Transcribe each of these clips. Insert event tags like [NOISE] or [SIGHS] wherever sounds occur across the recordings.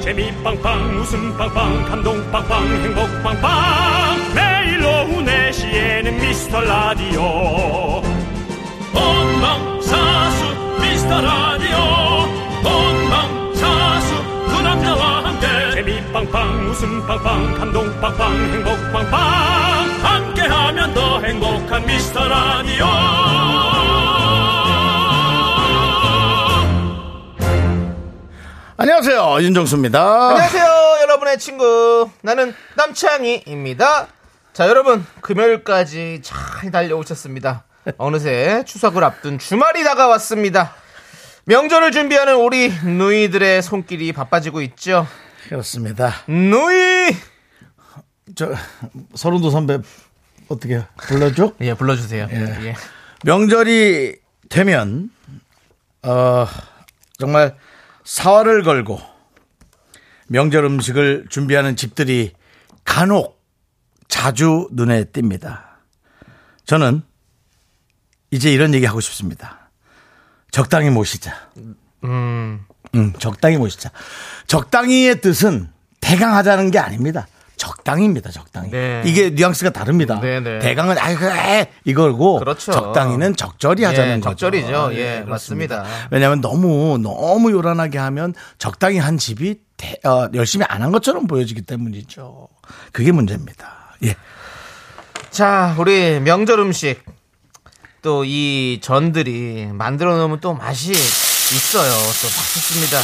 재미 빵빵 웃음 빵빵 감동 빵빵 행복 빵빵 매일 오후 4시에는 미스터 라디오 본방사수 미스터 라디오 본방사수 그 남자와 함께 재미 빵빵 웃음 빵빵 감동 빵빵 행복 빵빵 아, 함께하면 더 행복한 미스터 라디오 안녕하세요. 윤정수입니다. 안녕하세요, 여러분의 친구. 나는 남창희입니다. 자, 여러분, 금요일까지 잘 달려오셨습니다. 어느새 추석을 앞둔 주말이 다가왔습니다. 명절을 준비하는 우리 누이들의 손길이 바빠지고 있죠. 그렇습니다. 누이! 저 서른도 선배 어떻게 불러줘? 예, 불러주세요. 예. 예. 명절이 되면 어 정말 사활을 걸고 명절 음식을 준비하는 집들이 간혹 자주 눈에 띕니다. 저는 이제 이런 얘기 하고 싶습니다. 적당히 모시자. 음, 적당히 모시자. 적당히의 뜻은 대강 하자는 게 아닙니다. 적당입니다, 적당히. 네. 이게 뉘앙스가 다릅니다. 네, 네. 대강은 아이 그 에, 이걸고 그렇죠. 적당히는 적절히 예, 하자는 거죠. 적절이죠. 예, 그렇습니다. 맞습니다. 왜냐하면 너무 너무 요란하게 하면 적당히 한 집이 대- 어, 열심히 안 한 것처럼 보여지기 때문이죠. 그게 문제입니다. 예, 자, 우리 명절 음식. 또 이 전들이 만들어 놓으면 또 맛이 있어요. 또 맛있습니다.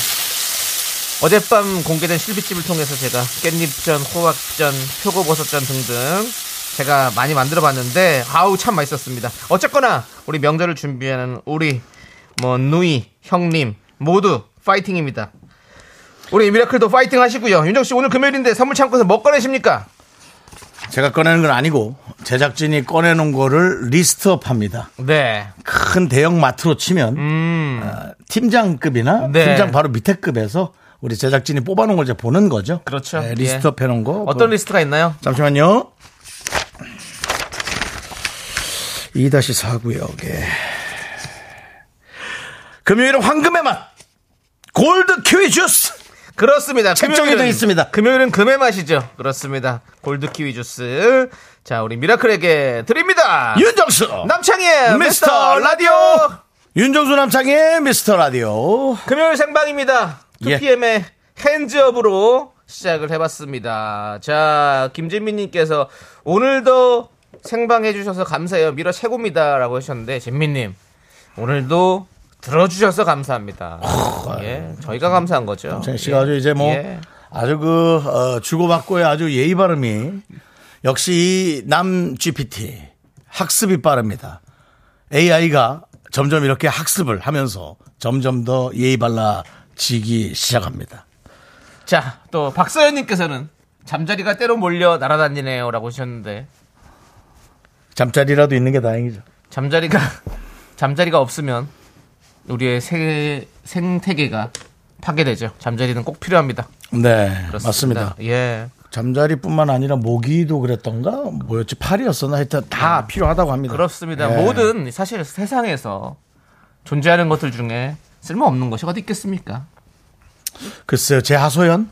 어젯밤 공개된 실비집을 통해서 제가 깻잎전, 호박전, 표고버섯전 등등 제가 많이 만들어 봤는데 아우 참 맛있었습니다. 어쨌거나 우리 명절을 준비하는 우리 뭐 누이, 형님 모두 파이팅입니다. 우리 미라클도 파이팅 하시고요. 윤정 씨 오늘 금요일인데 선물 창고에서 뭐 꺼내십니까? 제가 꺼내는 건 아니고 제작진이 꺼내놓은 거를 리스트업합니다. 네. 큰 대형 마트로 치면 음. 어, 팀장급이나 네. 팀장 바로 밑에 급에서 우리 제작진이 뽑아놓은 걸 이제 보는 거죠. 그렇죠. 네, 리스트업 해놓은 거. 어떤 뭐- 리스트가 있나요? 잠시만요. 2-4구역에. 예. 금요일은 황금의 맛! 골드 키위 주스! 그렇습니다. 책정이 금요일은- 돼 있습니다. 금요일은 금의 맛이죠. 그렇습니다. 골드 키위 주스. 자, 우리 미라클에게 드립니다. 윤정수! 어. 남창희의 미스터 미스터 라디오. 윤정수 남창의 미스터 라디오. 금요일 생방입니다. 예. 2PM의 핸즈업으로 시작을 해봤습니다. 자, 김진민님께서 오늘도 생방해주셔서 감사해요. 미라 최고입니다. 라고 하셨는데, 진민님, 오늘도 들어주셔서 감사합니다. 예, 저희가 감사한 거죠. 남창희 씨가 아주 이제 뭐 예. 아주 그 어, 주고받고의 아주 예의 발음이 역시 이 남 GPT 학습이 빠릅니다. AI가 점점 이렇게 학습을 하면서 점점 더 예의 발라지기 시작합니다. 자, 또 박서연님께서는 잠자리가 때로 몰려 날아다니네요라고 하셨는데 잠자리라도 있는 게 다행이죠. 잠자리가 [LAUGHS] 잠자리가 없으면 우리의 세, 생태계가 파괴되죠. 잠자리는 꼭 필요합니다. 네, 그렇습니다. 맞습니다. 예, 잠자리뿐만 아니라 모기도 그랬던가 뭐였지 팔이었었나 하여튼 다 필요하다고 합니다. 네. 그렇습니다. 예. 모든 사실 세상에서 존재하는 것들 중에 쓸모없는 것이 어디 있겠습니까? 글쎄요, 제 하소연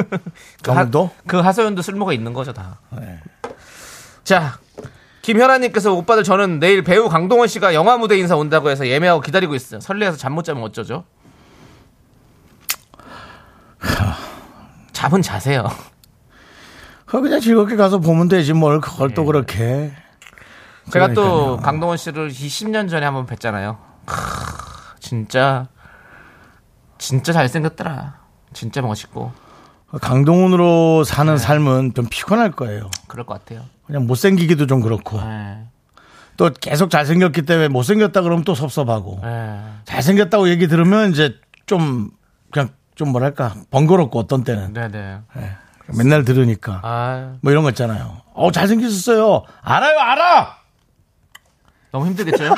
[LAUGHS] 그 하- 정도 그 하소연도 쓸모가 있는 거죠 다. 네. 자, 김현아님께서 오빠들 저는 내일 배우 강동원 씨가 영화 무대 인사 온다고 해서 예매하고 기다리고 있어요. 설레서 잠 못 자면 어쩌죠? 잠은 자세요. 그거 그냥 즐겁게 가서 보면 되지 뭘 그걸 예. 또 그렇게 제가 또 그러니까요. 강동원 씨를 20년 전에 한번 뵀잖아요. 크, 진짜 진짜 잘생겼더라. 진짜 멋있고 강동원으로 네. 사는 삶은 좀 피곤할 거예요. 그럴 것 같아요. 그냥 못생기기도 좀 그렇고 예, 또 계속 잘생겼기 때문에 못생겼다 그러면 또 섭섭하고 예. 잘생겼다고 얘기 들으면 이제 좀 그냥 좀 뭐랄까 번거롭고 어떤 때는 네네. 맨날 들으니까 아 뭐 이런 거 있잖아요. 어 잘생겼었어요. 알아요 알아. [LAUGHS] 너무 힘들겠죠?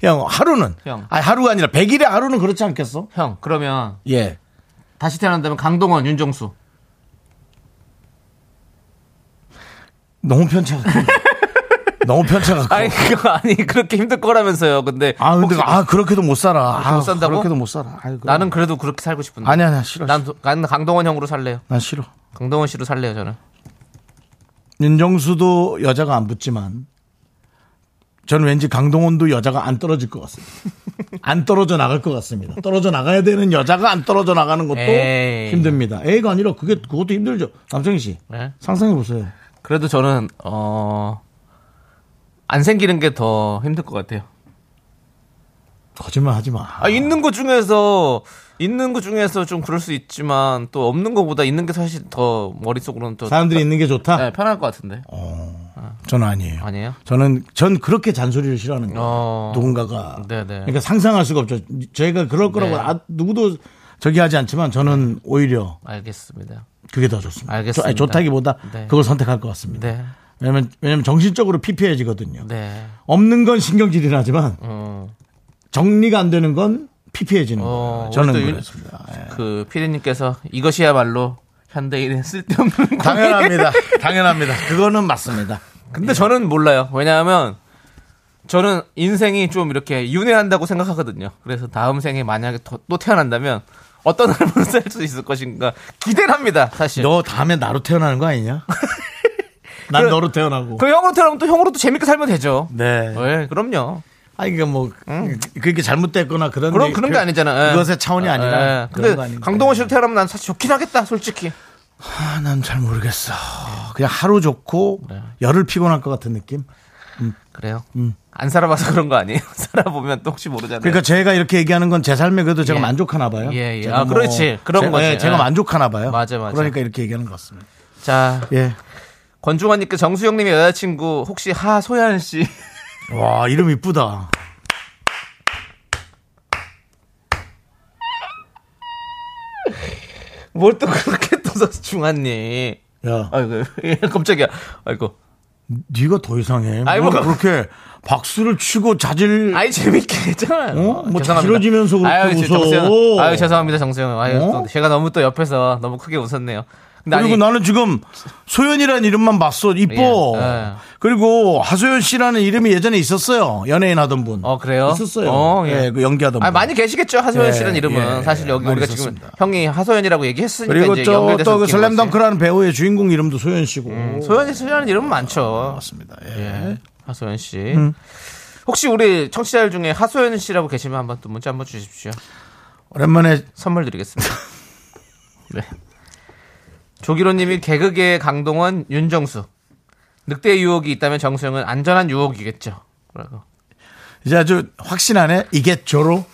그냥 하루는 형. 아니 하루가 아니라 100일에 하루는 그렇지 않겠어? 형 그러면 예. 다시 태어난다면 강동원, 윤정수. [LAUGHS] 너무 편차. 너무 편차가 아니 커. 그거 아니 그렇게 힘들 거라면서요. 근데 아, 근데 혹시- 아 그렇게도 못 살아. 그렇게 못 산다고? 그렇게도 못 살아. 아이, 그럼. 나는 그래도 그렇게 살고 싶은데. 아니 아니 싫어. 난, 난, 도- 난 강동원 형으로 살래요. 난 싫어. 강동원 씨로 살래요 저는. 윤정수도 여자가 안 붙지만 저는 왠지 강동원도 여자가 안 떨어질 것 [LAUGHS] 같습니다. 안 떨어져 나갈 것 같습니다. 떨어져 나가야 되는 여자가 안 떨어져 나가는 것도 에이. 힘듭니다. 에이가 아니라 그게 그것도 힘들죠. 남정희 씨 네. 상상해 보세요. 그래도 저는 어. 안 생기는 게 더 힘들 것 같아요. 거짓말 하지 마. 아, 있는 것 중에서 있는 것 중에서 좀 그럴 수 있지만 또 없는 것보다 있는 게 사실 더 머릿속으로는 더 사람들이 있는 게 좋다. 네, 편할 것 같은데. 저는 아니에요. 아니에요? 저는 전 그렇게 잔소리를 싫어하는 거예요. 어. 누군가가 네네. 그러니까 상상할 수가 없죠. 저희가 그럴 거라고 네. 아, 누구도 저기 하지 않지만 저는 오히려 알겠습니다. 그게 더 좋습니다. 알겠습니다. 좋- 아니, 좋다기보다 네. 그걸 선택할 것 같습니다. 네. 왜냐면 왜냐면 정신적으로 피폐해지거든요. 네. 없는 건 신경질이 나지만 어. 정리가 안 되는 건 피폐해지는 어, 거예요. 저는 우리 또 윤- 그렇습니다. 예. 그 피디님께서 이것이야말로 현대인의 쓸데없는 당연합니다. [LAUGHS] 당연합니다. 그거는 맞습니다. [LAUGHS] 근데 저는 몰라요. 왜냐하면 저는 인생이 좀 이렇게 윤회한다고 생각하거든요. 그래서 다음 생에 만약에 더- 또 태어난다면 어떤 [LAUGHS] 삶으로 살 수 있을 것인가 기대를 합니다. 사실. 너 다음에 나로 태어나는 거 [LAUGHS] 아니냐? 난 그래- 너로 태어나고. 그 형으로 태어나면 또 형으로 또 재밌게 살면 되죠. 네. 예, 그럼요. 아니 그러니까 뭐 그게 잘못됐거나 그런 그럼 얘기- 그런 게 아니잖아. 예. 그것의 차원이 아니라. 예. 그런 거 근데 아닌가요? 강동원 씨로 태어나면 난 사실 좋긴 하겠다, 솔직히. 아, 난 잘 모르겠어. 그냥 하루 좋고 네. 열흘 피곤할 것 같은 느낌. 그래요. 안 살아봐서 그런 거 아니에요? [LAUGHS] 살아보면 또 혹시 모르잖아요. 음. 그러니까 제가 이렇게 얘기하는 건 제 삶에 그래도 제가 예. 만족하나 봐요. 예, 예. 제가 뭐 아, 그렇지. 그런 제- 거지. 예, 제가 예. 만족하나 봐요. 맞아, 맞아. 그러니까 이렇게 얘기하는 것 같습니다. 자, 예. 권중환님께 정수영님의 여자친구 혹시 하소연 씨. [LAUGHS] 와, 이름 이쁘다. 뭘 또 그렇게 떠서 중환님. 야, 아이고, 예, 깜짝이야. 아이고. 네가 더 이상해. 아이, 뭐 뭐. 그렇게 박수를 치고 자질 아이, 재밌게 했잖아요. 어? 뭐 죄송합니다. 길어지면서 그렇게 아유, 웃어. 정수영. 아유, 죄송합니다, 정수영. 아유, 어? 또 제가 너무 또 옆에서 너무 크게 웃었네요. 근데 그리고 아니, 나는 지금 소연이라는 이름만 봤어. 이뻐. 예, 예. 그리고 하소연 씨라는 이름이 예전에 있었어요. 연예인 하던 분. 어, 그래요? 있었어요. 어, 예. 예. 그 연기하던 분. 아 많이 계시겠죠 하소연 예, 씨라는 이름은 예, 사실 예, 여기 많이 우리가 지금 있었습니다. 형이 하소연이라고 얘기했으니까 그리고 이제 저 연결돼서 또 그 웃기는 거지. 음, 슬램덩크라는 배우의 주인공 이름도 소연 씨고. 소연이 소연이 이름은 많죠 맞습니다. 음. 예. 하소연 씨 혹시 우리 청취자 중에 하소연 씨라고 계시면 한번 또 문자 한번 주십시오 오랜만에 선물 드리겠습니다 [LAUGHS] 네 조기로님이 개그계의 강동원 윤정수 늑대 유혹이 있다면 정수영은 안전한 유혹이겠죠 라고 이제 아주 확신하네. 이겠죠로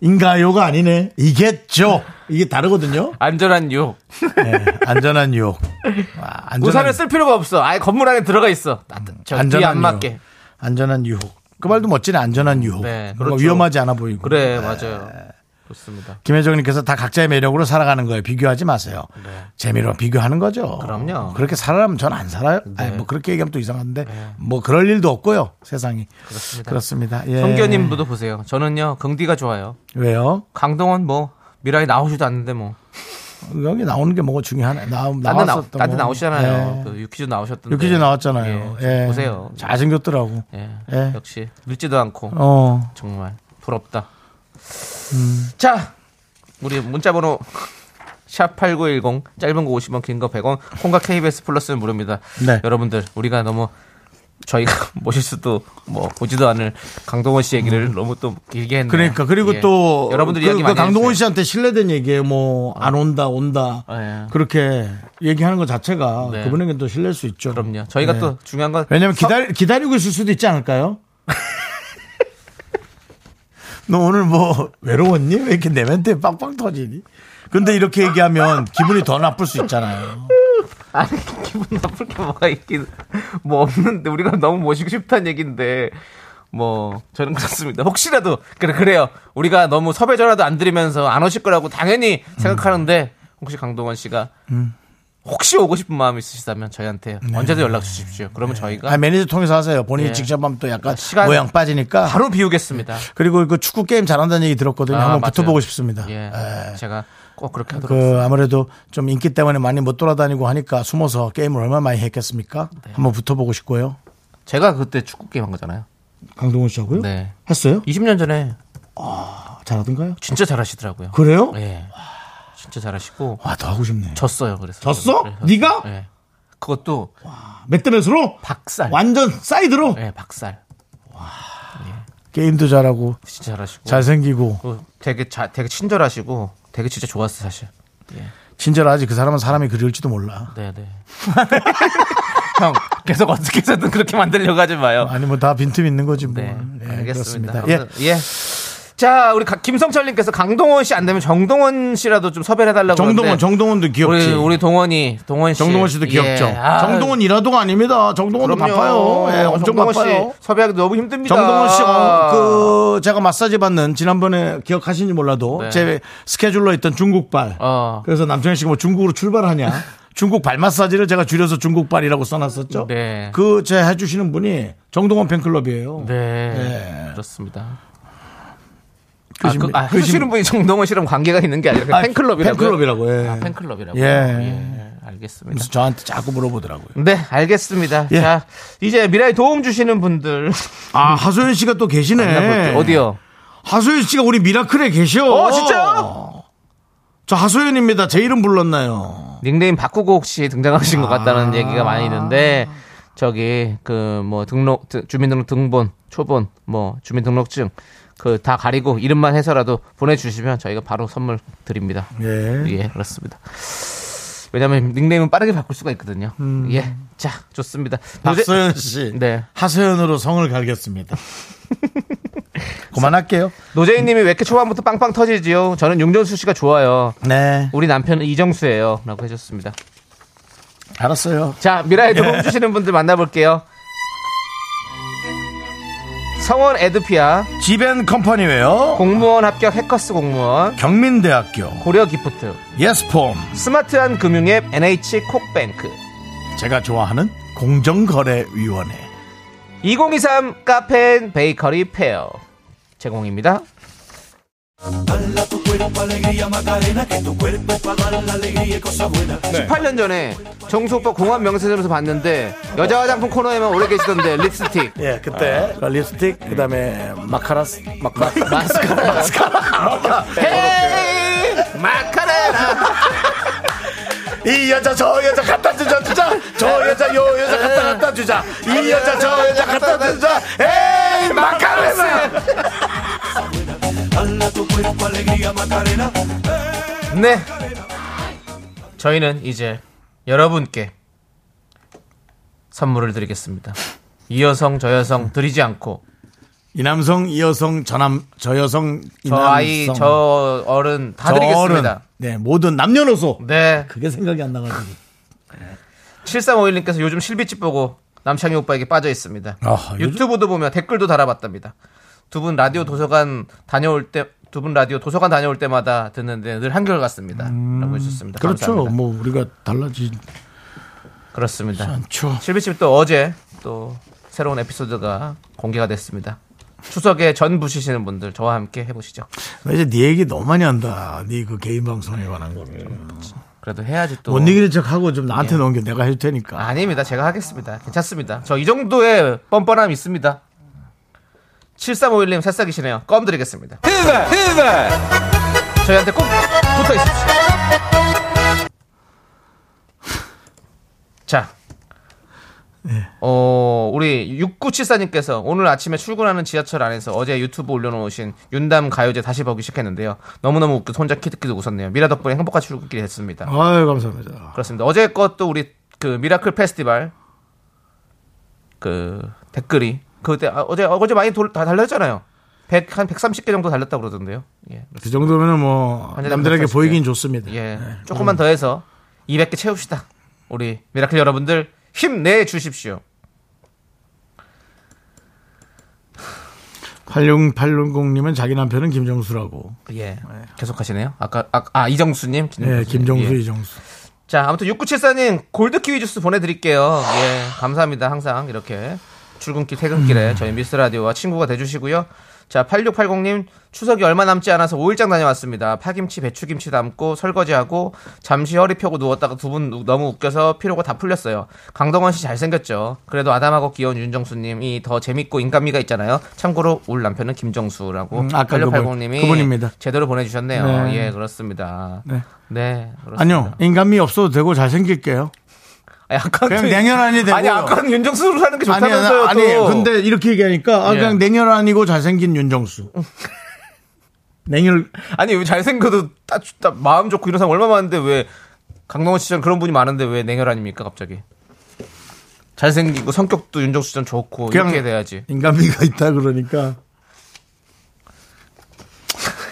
인가요가 아니네. 이겠죠. 이게 다르거든요. 안전한 유혹 예, 안전한 유혹. 와, 우산을 쓸 필요가 없어 아예 건물 안에 들어가 있어 따뜻 저 뒤에 안 맞게 유혹. 안전한 유혹. 그 말도 멋지네. 안전한 유혹. 네, 뭔가 그렇죠. 위험하지 않아 보이고. 그래 맞아요 좋습니다 김혜정님께서 다 각자의 매력으로 살아가는 거예요. 비교하지 마세요. 재미로 비교하는 거죠. 네. 그럼요. 네. 그렇게 살아라면 전 안 살아요. 아니, 뭐 그렇게 얘기하면 또 이상한데 뭐 그럴 일도 없고요. 세상이 그렇습니다. 그렇습니다. 예. 성교님도 보세요 저는요 긍디가 좋아요 왜요? 강동원 뭐 미라에 나오지도 않는데 뭐 여기 나오는 게 뭐가 중요하나? 나 딴데 나왔었던 나- 딴데 거. 나오시잖아요 예. 그 유퀴즈 나오셨던데 육기즈 나왔잖아요. 예, 예. 보세요 잘생겼더라고. 예. 예. 역시 늙지도 않고 어. 정말 부럽다 음. 자 우리 문자번호 샵8910 짧은 거 50원 긴 거 100원 콩과 KBS 플러스는 무료입니다 네. 여러분들 우리가 너무 저희가 [LAUGHS] 모실 수도 뭐 보지도 않을 강동원 씨 얘기를 너무 또 길게 했네요 음. 그러니까 그리고 예. 또 여러분들 그, 이야기 그 많이 강동원 해주세요. 씨한테 신뢰된 얘기예요. 뭐 안 온다 온다 아, 예. 그렇게 얘기하는 것 자체가 네. 그분에게는 또 신뢰일 수 있죠. 그럼요. 저희가 네. 또 중요한 건 왜냐면 서- 기다리, 기다리고 있을 수도 있지 않을까요? [LAUGHS] 너 오늘 뭐 외로웠니? 왜 이렇게 내 멘트에 빵빵 터지니? 근데 이렇게 얘기하면 기분이 더 나쁠 수 있잖아요. 아니 [LAUGHS] 기분 나쁠 게 뭐가 있긴 뭐 없는데 우리가 너무 모시고 싶다는 얘기인데 뭐 저는 그렇습니다. 혹시라도 그래 그래요. 우리가 너무 섭외 전화도 안 드리면서 안 오실 거라고 당연히 생각하는데 혹시 강동원 씨가 혹시 오고 싶은 마음 이 있으시다면 저희한테 네. 언제든 연락 주십시오. 그러면 저희가 아, 매니저 통해서 하세요. 본인이 예. 직접 하면 또 약간 시간- 모양 빠지니까. 바로 비우겠습니다. 그리고 그 축구 게임 잘한다는 얘기 들었거든요. 아, 한번 맞아요. 붙어보고 싶습니다. 예, 예. 제가 꼭 그렇게 하도록 그 아무래도 좀 인기 네. 때문에 많이 못 돌아다니고 하니까 숨어서 게임을 얼마나 많이 했겠습니까? 한번 붙어보고 싶고요. 제가 그때 축구 게임 한 거잖아요. 강동원 씨하고요? 네. 했어요? 20년 전에 잘하던가요? 진짜 잘하시더라고요. 그래요? 예. 진짜 잘하시고 와, 더 하고 싶네. 졌어요. 그래서 졌어? 그래서- 네가? 예. 그것도 맥대스로 박살. 완전 사이드로 예, 박살. 게임도 잘하고 진짜 잘하시고. 잘생기고 그 되게 자, 되게 친절하시고 되게 진짜 좋았어 사실. 친절하지 그 사람은 사람이 그리울지도 몰라. 네, [LAUGHS] 네. 형 계속 어떻게 해서든 그렇게 만들려고 하지 마요. 아니 뭐 다 빈틈 있는 거지 뭐. 네, 예, 알겠습니다. 그렇습니다. 예. 아무튼, 예. 자, 우리 가- 김성철님께서 강동원 씨 안 되면 정동원 씨라도 좀 섭외를 해달라고. 정동원 그러는데 정동원도 귀엽지. 네. 우리 우리 동원이 동원 씨. 정동원 씨도 귀엽죠. 예. 아, 정동원이라도가 아닙니다. 정동원도 그럼요. 바빠요. 예, 엄청 정동원 바빠요. 씨 섭외하기 도 너무 힘듭니다. 정동원 씨, 어, 그, 제가 마사지 받는 지난번에 기억하시는지 몰라도 네. 제 스케줄러 있던 중국발. 어. 그래서 남창희 씨가 뭐 중국으로 [LAUGHS] 출발하냐. 중국 발 마사지를 제가 줄여서 중국발이라고 써놨었죠. 네. 그 제 해주시는 분이 정동원 팬클럽이에요. 네, 그렇습니다. 아, 그, 그십니다. 아, 해주시는 분이 정동원 씨랑 관계가 있는 게 아니라 그 아, 팬클럽이라고. 팬클럽이라고, 예. 아, 팬클럽이라고. 예. 알겠습니다. 그래서 저한테 자꾸 물어보더라고요. 네, 알겠습니다. 예. 자, 이제 미라에 도움 주시는 분들 아, 하소연 씨가 또 계시네. 만나볼게요. 어디요? 하소연 씨가 우리 미라클에 계셔. 어, 진짜요? 저 하소연입니다. 제 이름 불렀나요? 닉네임 바꾸고 혹시 등장하신 것 같다는 얘기가 많이 있는데 저기 그 뭐 등록 드- 주민등록 등본, 초본, 뭐 주민등록증 그 다 가리고 이름만 해서라도 보내주시면 저희가 바로 선물 드립니다. 예. 예, 그렇습니다. 왜냐하면 닉네임은 빠르게 바꿀 수가 있거든요. 예, 자 좋습니다. 노래- 박소연 씨. 네. 하소연으로 성을 [LAUGHS] 갈겠습니다. 그만할게요. 노재인님이 왜 이렇게 초반부터 빵빵 터지지요? 저는 용전수 씨가 좋아요. 네. 우리 남편은 이정수예요라고 해줬습니다. 알았어요. 자, 미라에 도움 주시는 분들 만나볼게요. 성원 에드피아, 지벤 컴퍼니웨어. 공무원 합격 해커스 공무원, 경민대학교. 고려 기프트, 예스폼. 스마트한 금융앱 NH 콕뱅크, 제가 좋아하는 공정거래위원회. 2023 카페인 베이커리 페어 제공입니다. 네. 18년 전에 정수 오빠 공항 명세점에서 봤는데 여자 화장품 코너에만 오래 계시던데 립스틱 예, 그때 립스틱, 그 다음에 마카라스, 마카, 마스카라 마카라. 헤이 마카레나 이 여자 저 여자 갖다 주자 주자 저 여자 요 여자 갖다 갖다 주자 이 여자 저 여자 갖다 주자 에이 마카레나 네. 저희는 이제 여러분께 선물을 드리겠습니다. 이 여성 저 여성 드리지 않고 이 남성 이 여성 저남 저 여성 이 저 남성 아이 저 어른 다 저 드리겠습니다. 어른. 네 모든 남녀노소 네. 그게 생각이 안 나가지고 7351님께서 요즘 실비집 보고 남창희 오빠에게 빠져 있습니다. 아, 요즘- 음. 유튜브도 보며 댓글도 달아봤답니다. 두 분 라디오 도서관 다녀올 때 두 분 라디오 도서관 다녀올 때마다 듣는데 늘 한결 같습니다. 라고 해주셨습니다. 그렇죠 감사합니다. 뭐 우리가 달라지 그렇습니다. 않죠 실비집 또 어제 또 새로운 에피소드가 공개가 됐습니다. 추석에 전 부시시는 분들 저와 함께 해보시죠. 나 이제 네 얘기 너무 많이 한다 네 그 개인 방송에 관한 거를 그래도 해야지 음, 또. 예. 못 이기는 척하고 좀 나한테 넘겨 내가 해줄 테니까 아닙니다. 제가 하겠습니다. 괜찮습니다. 저 이 정도의 뻔뻔함 있습니다. 7351님 새싹이시네요. 껌 드리겠습니다. 저희한테 꼭 붙어 있습시오. 자. 어, 우리 6974님께서 오늘 아침에 출근하는 지하철 안에서 어제 유튜브 올려놓으신 윤담 가요제 다시 보기 시작했는데요. 너무너무 웃겨 혼자 키득키득 웃었네요. 미라 덕분에 행복한 출근길이 됐습니다. 아유 감사합니다 그렇습니다. 어제 것도 우리 그 미라클 페스티벌 그 댓글이 그때 아, 어제 어제 많이 돌, 다 달렸잖아요. 100, 한 130개 정도 달렸다 고 그러던데요. 예. 그 정도면은 뭐 남들에게 보이긴 좋습니다 예. 조금만 음. 더 해서 200개 채웁시다. 우리 미라클 여러분들 힘내 주십시오. 86860님은 자기 남편은 김정수라고. 예. 계속 하시네요. 아까 아, 아, 이정수 님. 네, 김정수, 예. 이정수. 자, 아무튼 6974님 골드 키위 주스 보내 드릴게요. 예. 감사합니다. 항상 이렇게 출근길 퇴근길에 음. 저희 미스 라디오와 친구가 돼주시고요. 자 8680님 추석이 얼마 남지 않아서 5일장 다녀왔습니다. 파김치 배추김치 담고 설거지하고 잠시 허리 펴고 누웠다가 두 분 너무 웃겨서 피로가 다 풀렸어요. 강동원 씨 잘생겼죠. 그래도 아담하고 귀여운 윤정수님이 더 재밌고 인간미가 있잖아요. 참고로 울 남편은 김정수라고 음, 아까 그분, 8680님이 그분입니다. 제대로 보내주셨네요. 네. 예 그렇습니다. 네. 네, 그렇습니다. 아니요, 인간미 없어도 되고 잘생길게요. 아니, 아까 그냥 또- 냉혈한이 되고요. 아니 아까는 윤정수로 사는 게 아니, 좋다면서요. 아니, 또. 근데 이렇게 얘기하니까, 아, 예. 그냥 냉혈 아니고 잘생긴 [LAUGHS] 윤정수. 냉혈, 아니 왜 잘생겨도 따, 따 마음 좋고 이런 사람 얼마 나 많은데 왜 강동원 씨처럼 그런 분이 많은데 왜 냉혈 아닙니까 갑자기? 잘생기고 성격도 윤정수 씨처럼 좋고 그냥- 이렇게 돼야지. 인간미가 있다 그러니까.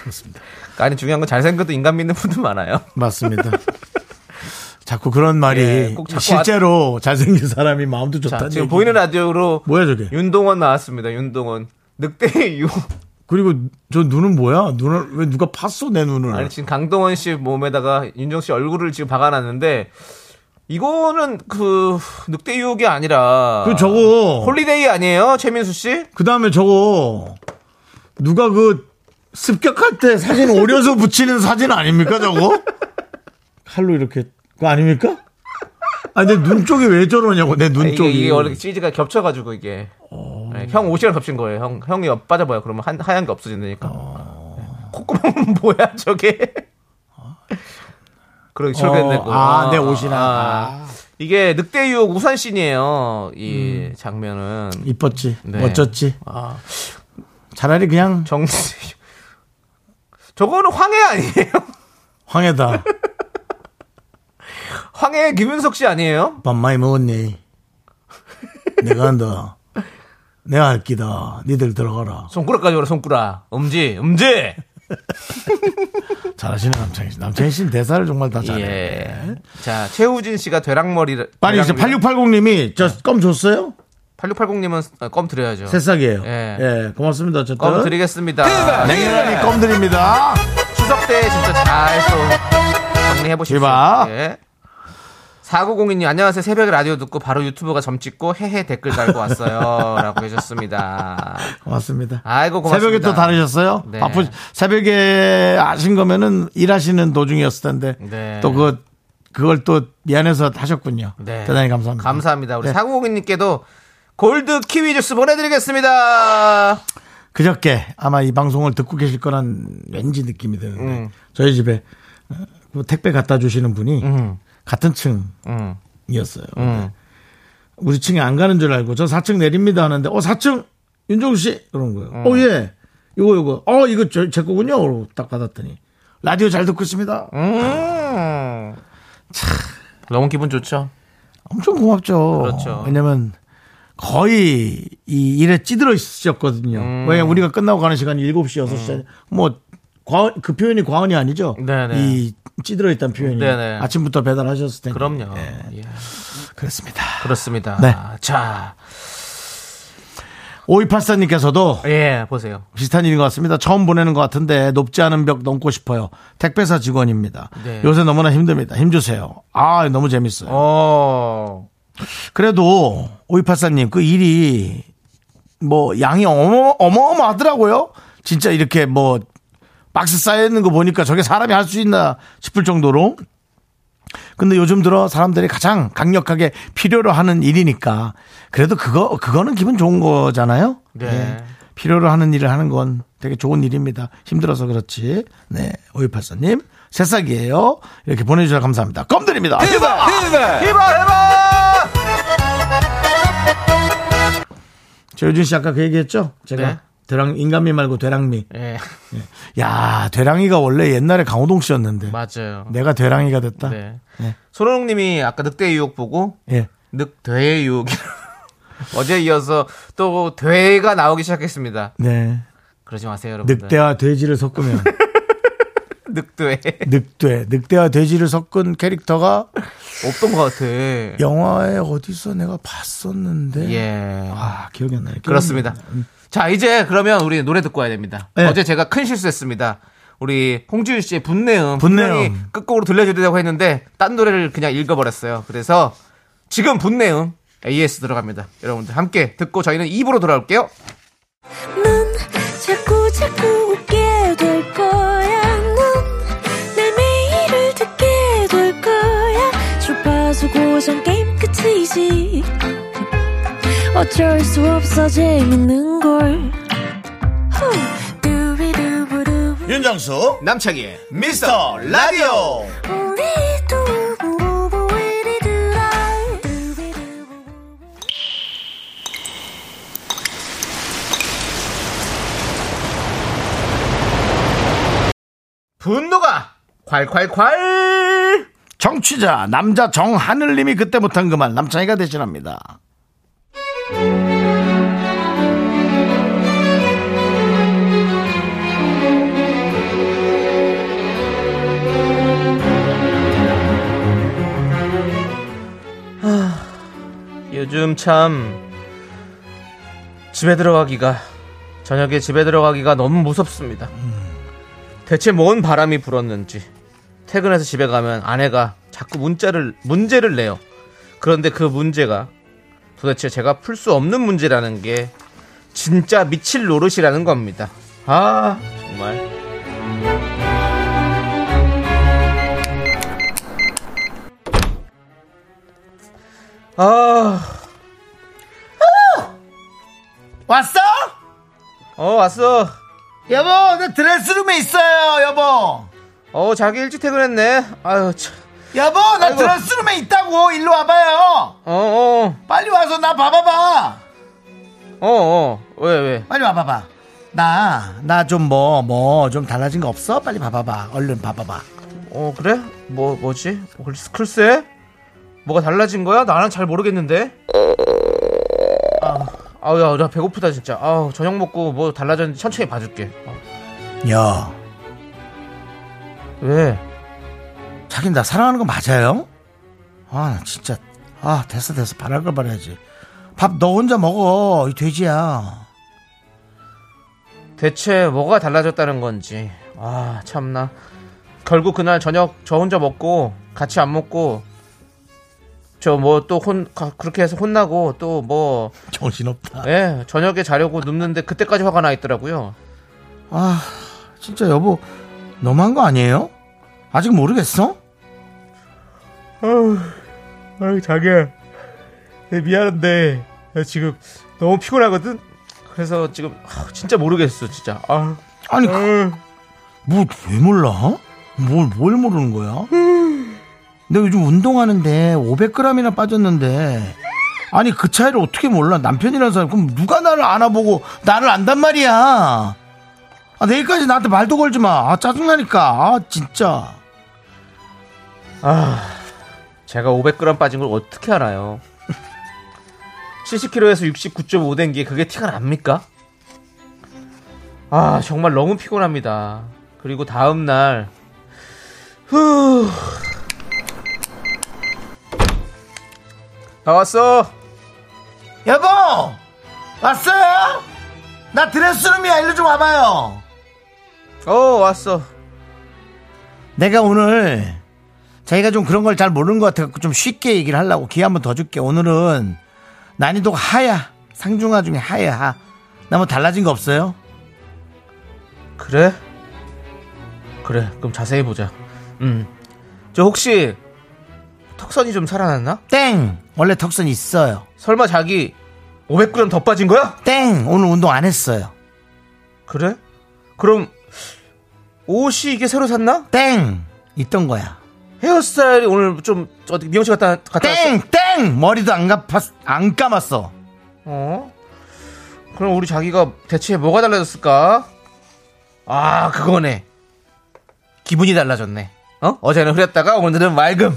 그러니까 아니 중요한 건 잘생겨도 인간 믿는 분들 많아요. 맞습니다. [LAUGHS] 자꾸 그런 말이 예, 꼭 자꾸 실제로 잘생긴 사람이 마음도 자 좋다는 지금 얘기. 보이는 라디오로 뭐야 저게? 윤동원 나왔습니다. 윤동원 늑대의 유. 그리고 저 눈은 뭐야? 눈을 왜 누가 팠어 내 눈을? 아니 지금 강동원 씨 몸에다가 윤정수 씨 얼굴을 지금 박아놨는데 이거는 그 늑대 유혹이 아니라 그 저거 홀리데이 아니에요 최민수 씨? 그 다음에 저거 누가 그 습격할 때 사진 [LAUGHS] 오려서 붙이는 사진 아닙니까 저거? 칼로 이렇게 그거 아닙니까? 아 근데 눈 쪽이 왜 저러냐고 내 눈 아, 이게, 쪽이. 어. 이게 원래 치즈가 겹쳐가지고 이게 네, 형 옷이랑 겹친 거예요. 형 형이 옆 빠져봐요. 그러면 한, 하얀 게 없어진다니까. 네. 콧구멍은 [LAUGHS] 뭐야 저게? 그러기 철근되고. 아, 내 옷이나. 이게 늑대유 우산 씬이에요. 이 음. 장면은 이뻤지, 네. 멋졌지. 아. 차라리 그냥 정. [LAUGHS] 저거는 황해 아니에요? [LAUGHS] 황해다. 황해 김윤석 씨 아니에요? 밥 많이 먹었니? 내가 한다. 내가 할 끼다. 니들 들어가라. 손가락까지 오라 손가락. 음지 음지. 잘하시네, 남창희 씨. 남창희 씨는 대사를 정말 다 잘해. 예. 자 최우진 씨가 되랑머리. 아니, 이제 8680님이 네. 저 껌 줬어요? 8680님은 어, 껌 드려야죠. 새싹이에요. 예. 예. 고맙습니다. 어쨌든. 껌 드리겠습니다. 예. 네. 냉혈하니 껌 드립니다. 추석 때 진짜 잘 또 정리해 보십시오. 제발. 예. 4902님 안녕하세요. 새벽에 라디오 듣고 바로 유튜브가 점 찍고 헤헤 댓글 달고 [LAUGHS] 왔어요라고 해줬습니다. 고맙습니다. 아이고 고맙습니다. 새벽에 또 다르셨어요? 네. 바쁘, 새벽에 하신 거면은 일하시는 도중이었을 텐데. 네. 또 그, 그걸 또 미안해서 하셨군요. 네. 대단히 감사합니다. 감사합니다. 우리 네. 4902님께도 골드 키위 주스 보내드리겠습니다. 그저께 아마 이 방송을 듣고 계실 거란 왠지 느낌이 드는데 음. 저희 집에 어, 그 택배 갖다 주시는 분이 같은 음. 층이었어요. 근데 우리 층에 안 가는 줄 알고 저 4층 내립니다 하는데 어 4층 윤종수 씨 그런 거예요. 음. 어 예. 이거 이거 어 이거 저, 제 거군요. 그러고 딱 받았더니 라디오 잘 듣고 있습니다. 음. 너무 기분 좋죠? 엄청 고맙죠. 그렇죠. 왜냐면 거의 이 일에 찌들어 있으셨거든요. 음. 왜 우리가 끝나고 가는 시간이 7시, 6시. 뭐, 과언, 그 표현이 과언이 아니죠. 네네. 이 찌들어 있다는 표현이. 네네. 아침부터 배달하셨을 텐데. 그럼요. 네. 예. 그렇습니다. 그렇습니다. 네. 자, 5284님께서도 예, 보세요. 비슷한 일인 것 같습니다. 처음 보내는 것 같은데 높지 않은 벽 넘고 싶어요. 택배사 직원입니다. 네. 요새 너무나 힘듭니다. 힘주세요. 아, 너무 재밌어요. 어, 그래도 오이파사님 그 일이 뭐 양이 어마, 어마어마하더라고요. 진짜 이렇게 뭐 박스 쌓여 있는 거 보니까 저게 사람이 할 수 있나 싶을 정도로. 근데 요즘 들어 사람들이 가장 강력하게 필요로 하는 일이니까 그래도 그거 그거는 기분 좋은 거잖아요. 예. 네. 필요로 하는 일을 하는 건 되게 좋은 일입니다. 힘들어서 그렇지. 네. 오이파사님 새싹이에요. 이렇게 보내주셔서 감사합니다. 껌 드립니다. 해봐, 해봐! 조효진 씨 아까 그 얘기했죠? 제가 네. 대랑 인간미 말고 되랑미. 예, 야 되랑이가 원래 옛날에 강호동 씨였는데 맞아요. 내가 되랑이가 됐다. 네. 네. 손호농 님이 아까 늑대의 유혹 보고, 예. 늑대의 유혹. [LAUGHS] 어제 이어서 또 돼가 나오기 시작했습니다. 네. 그러지 마세요, 여러분. 늑대와 돼지를 [LAUGHS] 섞으면 늑대. 늑대, 늑대와 돼지를 섞은 캐릭터가 없던 것 같아. 예. 영화에 어디서 내가 봤었는데. 예. 아 기억이 안 나요. 기억이 그렇습니다. 안 나요. 자, 이제 그러면 우리 노래 듣고 와야 됩니다. 네. 어제 제가 큰 실수했습니다. 우리 홍지윤 씨의 분내음. 분내음. 분명히 끝곡으로 들려주려고 했는데 딴 노래를 그냥 읽어버렸어요. 그래서 지금 분내음 AS 들어갑니다. 여러분들 함께 듣고 저희는 2부로 돌아올게요. 넌 자꾸 자꾸 웃게 될 거야. 넌내 매일을 듣게 될 거야. 주파수 고정 게임 끝이지. 어쩔 수 없어 재밌는 걸. 후. 두비두부두. 윤정수 남창희의 미스터 라디오 우리 두부부부 우리 두라. 두비두부부. 분노가 콸콸콸 정취자 남자 정하늘님이 그때 못한 그 말 남창희가 대신합니다. 요즘 참 집에 들어가기가 저녁에 집에 들어가기가 너무 무섭습니다. 대체 뭔 바람이 불었는지 퇴근해서 집에 가면 아내가 자꾸 문자를 문제를 내요. 그런데 그 문제가 도대체 제가 풀 수 없는 문제라는 게 진짜 미칠 노릇이라는 겁니다. 아 정말 아 왔어? 어 왔어. 여보, 나 드레스룸에 있어요, 예, 여보. 어 자기 일찍 퇴근했네. 아유 참. 여보, 나 아이고. 드레스룸에 있다고. 일로 와봐요. 어어어어 빨리 와서 나 봐봐봐. 어, 어. 왜 왜? 빨리 와봐봐. 나, 나 좀 뭐, 뭐, 좀 달라진 거 없어? 빨리 봐봐봐. 얼른 봐봐봐. 어 그래? 뭐 뭐지? 글- 글쎄 뭐가 달라진 거야? 나랑 잘 모르겠는데. 아, 아우야 나 배고프다 진짜. 아우 저녁 먹고 뭐 달라졌는지 천천히 봐줄게. 아, 야, 왜? 자기 나 사랑하는 거 맞아요? 아, 나 진짜. 아, 됐어, 됐어. 바랄 걸 바라야지. 밥 너 혼자 먹어. 이 돼지야. 대체 뭐가 달라졌다는 건지. 아 참나. 결국 그날 저녁 저 혼자 먹고 같이 안 먹고 저 뭐 또 혼 그렇게 해서 혼나고 또뭐 정신없다. 예, 저녁에 자려고 눕는데 그때까지 화가 나 있더라고요. 아, 진짜 여보, 너무한 거 아니에요? 아직 모르겠어? 아유, 아유 자기야. 내 미안한데 나 지금 너무 피곤하거든. 그래서 지금 아우, 진짜 모르겠어, 진짜. 아, 아니, 뭘 왜 몰라? 뭘, 뭘 모르는 거야? 내가 요즘 운동하는데 500g이나 빠졌는데 아니 그 차이를 어떻게 몰라 남편이라는 사람 그럼 누가 나를 안아보고 나를 안단 말이야 아, 내일까지 나한테 말도 걸지 마 아, 짜증나니까 아 진짜 제가 500g 빠진 걸 어떻게 알아요? 70kg에서 69.5 된 게 그게 티가 납니까? 아, 정말 너무 피곤합니다. 그리고 다음 날 후. 나왔어. 여보 왔어요? 나 드레스룸이야 일로 좀 와봐요 어, 왔어. 내가 오늘 자기가 좀 그런 걸 잘 모르는 것 같아서 좀 쉽게 얘기를 하려고 기회 한번 더 줄게. 오늘은 난이도가 하야. 상중하 중에 하야. 하. 나 뭐 달라진 거 없어요? 그래? 그래, 그럼 자세히 보자. 음. 저 혹시 턱선이 좀 살아났나? 땡! 원래 턱선 있어요. 설마 자기 500g 더 빠진 거야? 땡! 오늘 운동 안 했어요. 그래? 그럼 옷이 이게 새로 샀나? 땡! 있던 거야. 헤어스타일이 오늘 좀 어떻게 미용실 갔다 갔다 왔어? 땡! 땡! 머리도 안 감았, 안 감았어. 어? 그럼 우리 자기가 대체 뭐가 달라졌을까? 아, 그거네. 기분이 달라졌네. 어? 어제는 흐렸다가 오늘은 맑음.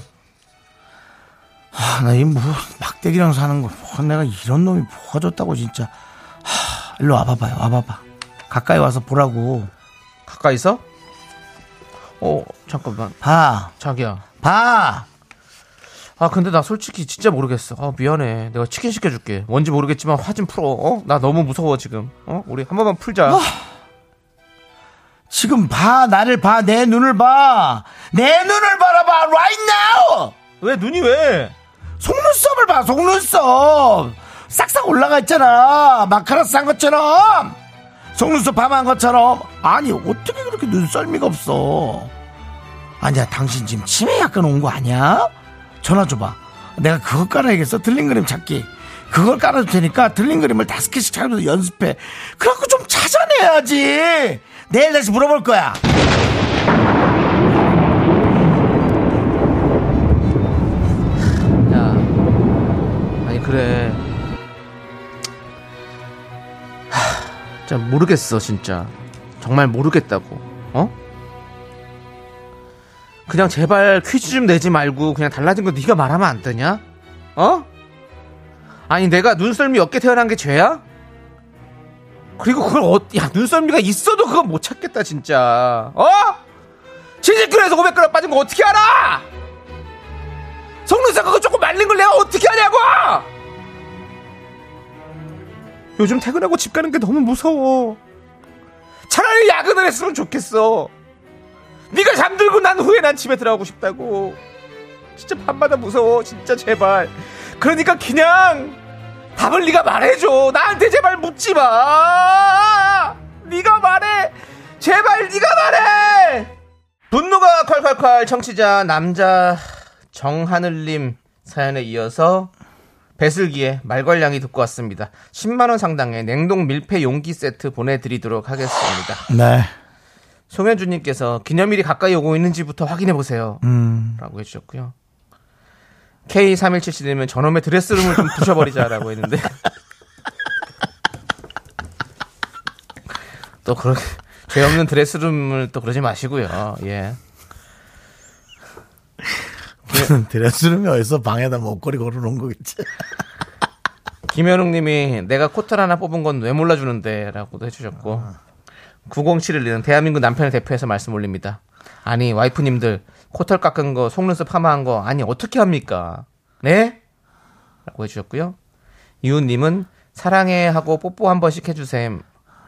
아, 나 이 뭐 막대기랑 사는 거. 뭐, 내가 이런 놈이 뭐가 줬다고 진짜. 하, 일로 와봐봐요. 와봐봐. 가까이 와서 보라고. 가까이서? 어, 잠깐만. 봐. 자기야. 봐! 아 근데 나 솔직히 진짜 모르겠어. 아 미안해. 내가 치킨 시켜줄게. 뭔지 모르겠지만 화 좀 풀어. 어? 나 너무 무서워 지금. 어? 우리 한 번만 풀자. 지금 봐 나를 봐 내 눈을 봐 내 눈을 바라봐 right now 왜 눈이 왜? 속눈썹을 봐, 속눈썹. 싹싹 올라가 있잖아. 마카라 싼 것처럼. 속눈썹 밤한 것처럼. 아니, 어떻게 그렇게 눈썰미가 없어. 아니야, 당신 지금 치매 약간 온 거 아니야? 전화 줘봐. 내가 그거 깔아야겠어. 들린 그림 찾기. 그걸 깔아도 되니까 들린 그림을 다섯 개씩 찾으면서 연습해. 그래갖고 좀 찾아내야지. 내일 다시 물어볼 거야. 야, 아니 그래. 하, 진짜 모르겠어 진짜. 정말 모르겠다고. 어? 그냥 제발 퀴즈 좀 내지 말고 그냥 달라진 거 네가 말하면 안 되냐? 어? 아니 내가 눈썰미 없게 태어난 게 죄야? 그리고 그걸 어, 야 눈썰미가 있어도 그건 못 찾겠다 진짜. 어? 진실길에서 500g 빠진 거 어떻게 알아? 속눈썹 그거 조금 말린 걸 내가 어떻게 하냐고! 요즘 퇴근하고 집 가는 게 너무 무서워. 차라리 야근을 했으면 좋겠어. 네가 잠들고 난 후에 난 집에 들어가고 싶다고. 진짜 밤마다 무서워. 진짜 제발. 그러니까 그냥 답을 네가 말해줘. 나한테 제발 묻지 마. 네가 말해. 제발 네가 말해. 분노가 콸콸콸 청취자 남자 정하늘님 사연에 이어서 배슬기의 말괄량이 듣고 왔습니다. 10만 원 상당의 냉동 밀폐 용기 세트 보내드리도록 하겠습니다. 네. 송현주님께서 기념일이 가까이 오고 있는지부터 확인해 보세요. 라고 해주셨고요. K3177님은 저놈의 드레스룸을 좀 부셔버리자라고 했는데. [LAUGHS] 또 그런, 죄 없는 드레스룸을 또 그러지 마시고요. 예. 예. [LAUGHS] 드레스룸이 어디서 방에다 목걸이 걸어놓은 거겠지. 김현웅 님이 내가 코털 하나 뽑은 건 왜 몰라주는데 라고도 해주셨고 아. 9071은 대한민국 남편을 대표해서 말씀 올립니다 아니 와이프님들 코털 깎은 거 속눈썹 파마한 거 아니 어떻게 합니까 네? 라고 해주셨고요 이훈 님은 사랑해 하고 뽀뽀 한 번씩 해주셈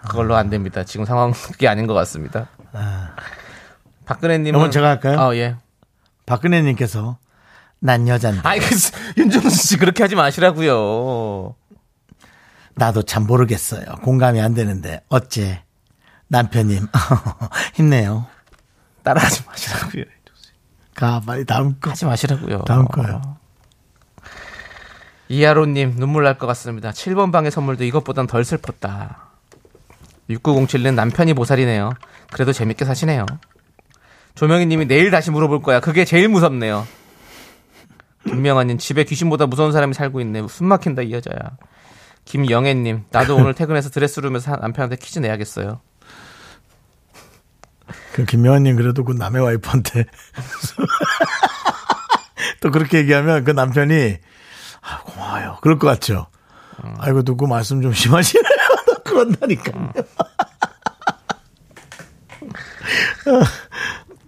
그걸로 안 됩니다 지금 상황이 아닌 것 같습니다 박근혜 님은 이건 아. 제가 할까요? 아, 예. 박근혜님께서 난 여잔데 아이 그 윤정수 씨 그렇게 하지 마시라고요 나도 참 모르겠어요. 공감이 안 되는데 어째 남편님 [LAUGHS] 힘내요. 따라하지 마시라고요 가 빨리 다음 거 하지 마시라고요. 그러니까. 어. 다음 거요. 이하로님 눈물 날 것 같습니다. 7번 방의 선물도 이것보단 덜 슬펐다. 6907는 남편이 보살이네요. 그래도 재밌게 사시네요. 조명희님이 내일 다시 물어볼 거야. 그게 제일 무섭네요. 김명아님 집에 귀신보다 무서운 사람이 살고 있네. 숨 막힌다 이 여자야. 김영애님 나도 오늘 퇴근해서 드레스룸에서 남편한테 퀴즈 내야겠어요. 그 김명환님 그래도 그 남의 와이프한테 [LAUGHS] 또 그렇게 얘기하면 그 남편이 아, 고마워요. 그럴 것 같죠. 아이고 누구 말씀 좀 심하시네요. [LAUGHS] 그런다니까.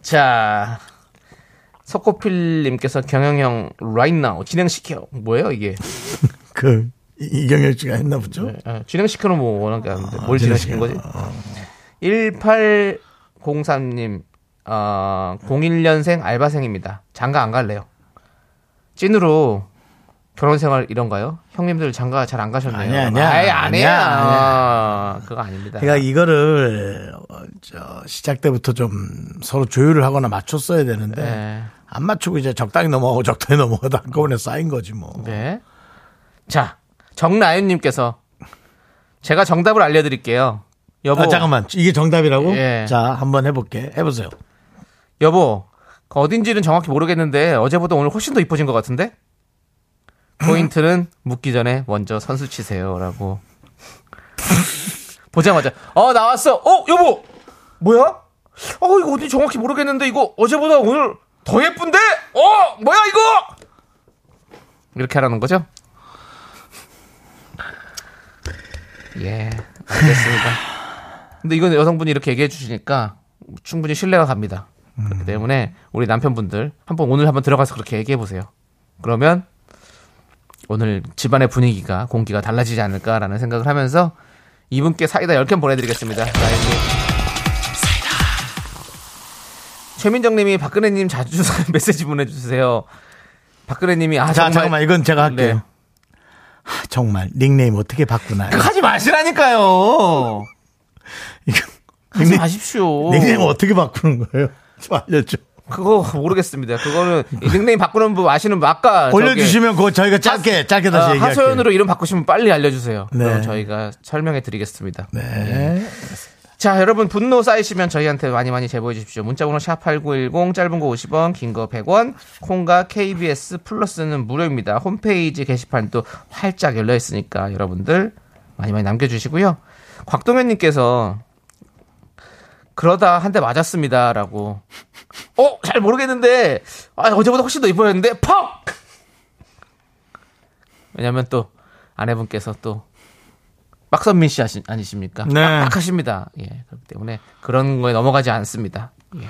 자, 석고필님께서 경영형 right now 진행시켜 뭐예요 이게? 그 이- 이경혁 씨가 했나 보죠. 네, 아, 진행시켜는 뭐 워낙 안데뭘 진행시켜. 진행시킨 거지? 1803님, 아 01년생 알바생입니다. 장가 안 갈래요. 찐으로 결혼 생활 이런가요? 형님들 장가 잘 안 가셨네요. 아니야, 아니야, 아예 안 해요. 아니야, 그거 아닙니다. 제가 그러니까 이거를 어, 저 시작 때부터 좀 서로 조율을 하거나 맞췄어야 되는데 네. 안 맞추고 이제 적당히 넘어가고 적당히 넘어가다 한꺼번에 쌓인 거지 뭐. 네. 자, 정나연님께서 제가 정답을 알려드릴게요. 여보, 아, 잠깐만 이게 정답이라고? 뭐 예. 자 한번 해볼게 해보세요. 여보, 그 어딘지는 정확히 모르겠는데 어제보다 오늘 훨씬 더 이뻐진 것 같은데? 포인트는 [LAUGHS] 묻기 전에 먼저 선수 치세요라고 보자마자 어 나왔어 어 여보 뭐야 어 이거 어딘지 정확히 모르겠는데 이거 어제보다 오늘 더 예쁜데 어 뭐야 이거 이렇게 하라는 거죠? 예 알겠습니다 [SIGHS] 근데 이건 여성분이 이렇게 얘기해 주시니까 충분히 신뢰가 갑니다. 음. 그렇기 때문에 우리 남편분들 한번 오늘 한번 들어가서 그렇게 얘기해 보세요. 그러면 오늘 집안의 분위기가 공기가 달라지지 않을까라는 생각을 하면서 이분께 사이다 10캔 보내드리겠습니다. 라이브. [LAUGHS] 최민정님이 박근혜님 자주 메시지 보내주세요. 박근혜님이 아 자, 정말- 잠깐만, 이건 제가 할게요. 네. 하, 정말, 닉네임 어떻게 바꾸나요? 그거 [LAUGHS] 하지 마시라니까요. [LAUGHS] 이거 하지 닉네임, 마십시오. 닉네임 어떻게 바꾸는 거예요? [LAUGHS] 좀 알려줘. 그거 모르겠습니다. 그거는 이 닉네임 바꾸는 분 아시는 분 아까 저기 올려주시면 그거 저희가 짧게, 하스- 짧게 다시 아, 얘기할게요. 하소연으로 이름 바꾸시면 빨리 알려주세요. 네. 그럼 저희가 설명해 드리겠습니다. 네. 자, 여러분 분노 쌓이시면 저희한테 많이 많이 제보해 주십시오. 문자번호 샵8910 짧은 거 50원, 긴 거 100원, 콩과 KBS 플러스는 무료입니다. 홈페이지 게시판도 활짝 열려 있으니까 여러분들 많이 많이 남겨주시고요. 곽동현님께서 그러다 한 대 맞았습니다라고. 어, 잘 모르겠는데 아, 어제보다 훨씬 더 이뻐졌는데 퍽. 왜냐면 또 아내분께서 또 박선민 씨 아시- 아니십니까? 네. 빡빡하십니다. 예, 그렇기 때문에 그런 거에 넘어가지 않습니다. 예.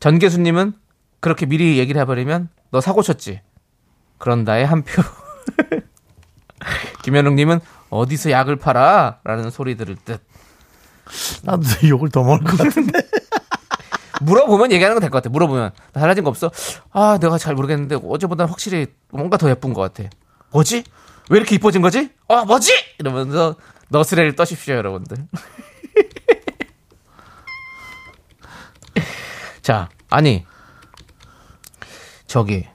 전 교수님은 그렇게 미리 얘기를 해버리면 너 사고 쳤지. 그런다에 한 표. [LAUGHS] 김현웅님은 어디서 약을 팔아? 라는 소리 들을 듯. 나도 [LAUGHS] 욕을 더 먹을 것 같은데. 물어보면 얘기하는 건 될 것 같아. 물어보면. 나 달라진 거 없어? 아, 내가 잘 모르겠는데 어제보다 확실히 뭔가 더 예쁜 것 같아. 뭐지? 왜 이렇게 이뻐진 거지? 어, 뭐지? 이러면서 너스레를 떠십시오, 여러분들. [LAUGHS] 자, 아니. 저기.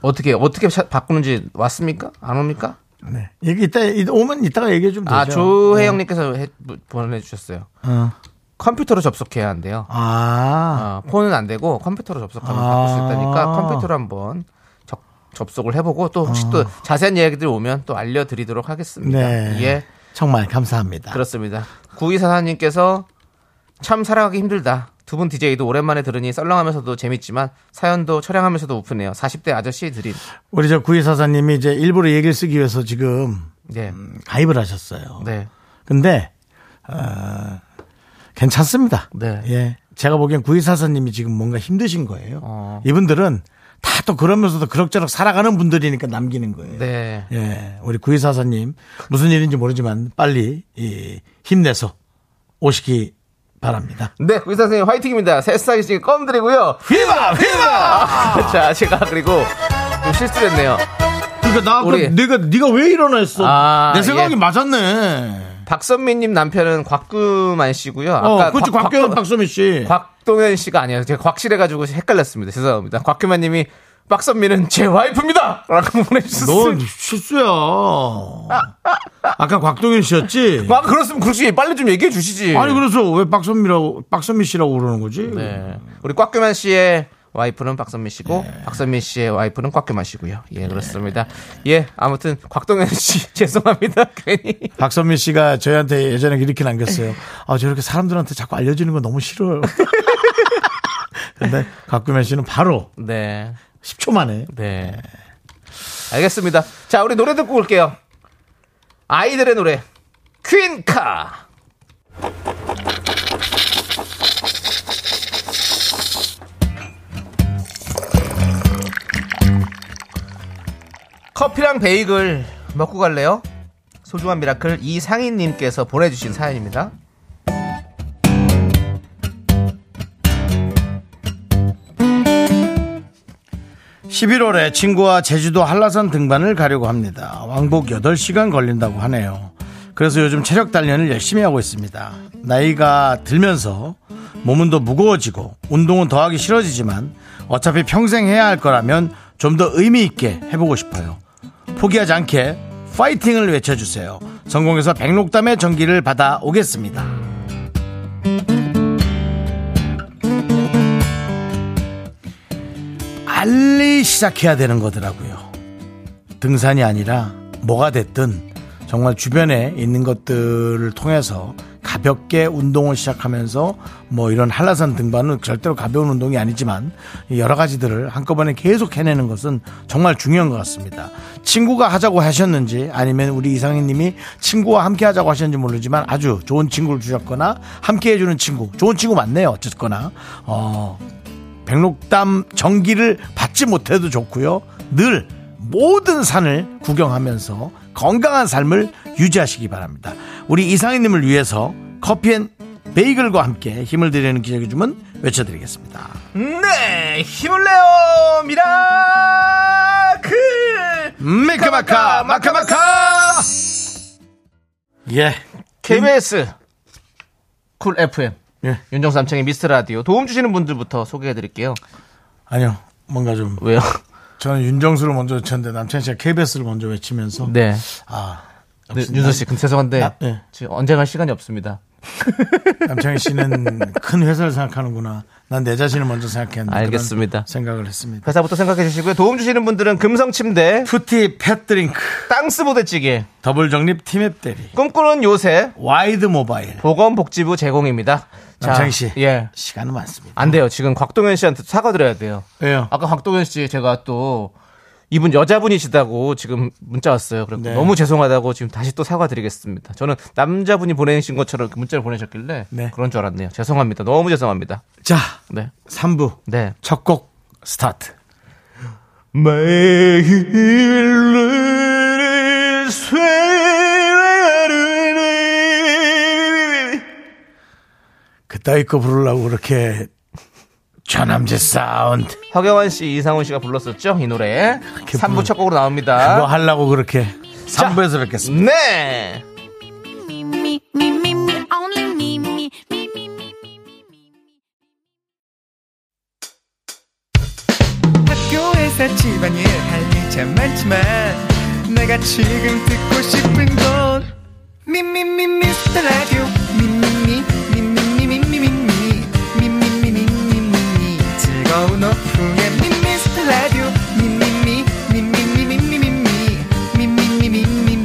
어떻게, 어떻게 샤- 바꾸는지 왔습니까? 안 옵니까? 네. 이게 이따, 이따 오면 이따가 얘기해 주면 되죠. 네. 아, 조혜영님께서 해- 뭐, 보내주셨어요. 어. 컴퓨터로 접속해야 한대요. 아. 아, 폰은 안 되고 컴퓨터로 접속하면 아. 바꿀 수 있다니까 컴퓨터로 한번 적- 접속을 해보고 또 혹시 또 자세한 이야기들 오면 또 알려드리도록 하겠습니다. 아. 네. 예, 정말 감사합니다. 그렇습니다. 구이사사님께서 참 살아가기 힘들다. 두 분 DJ도 오랜만에 들으니 썰렁하면서도 재밌지만 사연도 처량하면서도 우프네요. 40대 아저씨 드림. 우리 저 구이사사님이 이제 일부러 얘기를 쓰기 위해서 지금 음, 네. 가입을 하셨어요. 네. 근데 어, 괜찮습니다. 네. 예. 제가 보기엔 구이사사님이 지금 뭔가 힘드신 거예요. 어. 이분들은 다 또 그러면서도 그럭저럭 살아가는 분들이니까 남기는 거예요. 네. 예. 우리 구이사사님 무슨 일인지 모르지만 빨리 이, 힘내서 오시기 바랍니다. 네, 구이 선생님 화이팅입니다. 새싹이 지금 껌 드리고요. 휘바 휘바. 아, [LAUGHS] 자, 제가 그리고 좀 실수를 했네요. 그러니까 나 아까 우리- 네가 네가 왜 일어났어? 아, 내 생각이 예. 맞았네. 박선미님 남편은 곽규만 씨고요. 어, 그렇지 곽- 곽경 곽- 박소민 씨. 곽동현 씨가 아니에요. 제가 곽실해가지고 헷갈렸습니다. 죄송합니다. 곽규만님이 박선미는 제 와이프입니다. 라고 보내주셨어요. 넌 실수야. 아까 곽동현 씨였지? 아, 그렇으면 그렇지. 빨리 좀 얘기해 주시지. 아니 그래서 왜 박선미라고 박선미 씨라고 그러는 거지? 네. 우리 곽규만 씨의 와이프는 박선미 씨고 네. 박선미 씨의 와이프는 곽규만 씨고요. 예, 그렇습니다. 예, 아무튼 곽동현 씨 [LAUGHS] 죄송합니다. 괜히. 박선미 씨가 저희한테 예전에 이렇게 남겼어요. 아 저렇게 사람들한테 자꾸 알려주는 거 너무 싫어요. [LAUGHS] 근데 곽규면 씨는 바로 네. 10초 만에 네. 알겠습니다. 자, 우리 노래 듣고 올게요. 아이들의 노래. 퀸카. 커피랑 베이글 먹고 갈래요? 소중한 미라클 이상인님께서 보내주신 사연입니다. 십일월에 친구와 제주도 한라산 등반을 가려고 합니다. 왕복 8시간 걸린다고 하네요. 그래서 요즘 체력 단련을 열심히 하고 있습니다. 나이가 들면서 몸은 더 무거워지고 운동은 더 하기 싫어지지만 어차피 평생 해야 할 거라면 좀 더 의미 있게 해보고 싶어요. 포기하지 않게 파이팅을 외쳐주세요. 성공해서 백록담의 전기를 받아오겠습니다. 빨리 시작해야 되는 거더라고요. 등산이 아니라 뭐가 됐든 정말 주변에 있는 것들을 통해서 가볍게 운동을 시작하면서 뭐 이런 한라산 등반은 절대로 가벼운 운동이 아니지만 여러 가지들을 한꺼번에 계속 해내는 것은 정말 중요한 것 같습니다. 친구가 하자고 하셨는지 아니면 우리 이상희님이 친구와 함께 하자고 하셨는지 모르지만 아주 좋은 친구를 주셨거나 함께 해주는 친구 좋은 친구 맞네요 어쨌거나 어, 백록담 전기를 받지 못해도 좋고요. 늘 모든 산을 구경하면서 건강한 삶을 유지하시기 바랍니다. 우리 이상희님을 위해서 커피앤 베이글과 함께 힘을 드리는 기적의 주문 외쳐드리겠습니다. 네, 힘을 내요, 미라! 미카마카 마카마카 예 KBS 쿨 FM 예. 윤정수 남창의 미스터 라디오 도움 주시는 분들부터 소개해드릴게요. 아니요 뭔가 좀 왜요? 저는 윤정수를 먼저 외쳤는데 남창 씨가 KBS를 먼저 외치면서 네. 아 네, 역시 윤서 씨, 근데 죄송한데 아, 네. 지금 언제 갈 시간이 없습니다. 남창희 씨는 큰 회사를 생각하는구나. 난 내 자신을 먼저 생각했는데. 그런 알겠습니다. 생각을 했습니다. 회사부터 생각해 주시고요. 도움 주시는 분들은 금성침대, 푸티 팻드링크, 땅스 보대찌개, 더블 정립 팀앱 대리, 꿈꾸는 요새 와이드 모바일. 보건복지부 제공입니다. 자, 남창희 씨. 예. 시간은 많습니다. 안 돼요. 지금 곽동현 씨한테 사과드려야 돼요. 왜요? 아까 곽동현 씨 제가 또 이분 여자분이시다고 지금 문자 왔어요. 그래서 네. 너무 죄송하다고 지금 다시 또 사과드리겠습니다. 저는 남자분이 보내신 것처럼 이렇게 문자를 보내셨길래 네. 그런 줄 알았네요. 죄송합니다. 너무 죄송합니다. 자, 네. 3부 네. 첫 곡 스타트. 매일을 쇠뇌하는 그따위 거 부르려고 그렇게 좌남제 사운드 허경환 씨, 이상훈 씨가 불렀었죠? 이 노래. 그렇게 3부 부르- 첫 곡으로 그거 나옵니다. 하려고 그렇게 3부에서 뵙겠습니다. 네! Me, me, me, me, me, only me, me, me, me, me, me, me, me. 학교에서 집안일 할 일 참 많지만 내가 지금 듣고 싶은 건 미미미 미스터 라디오 미미미 미미미 미미미 미미미 미미미 즐거운 오후에 미스터 라디오 미미미 미미미 미미미 미미미 미미미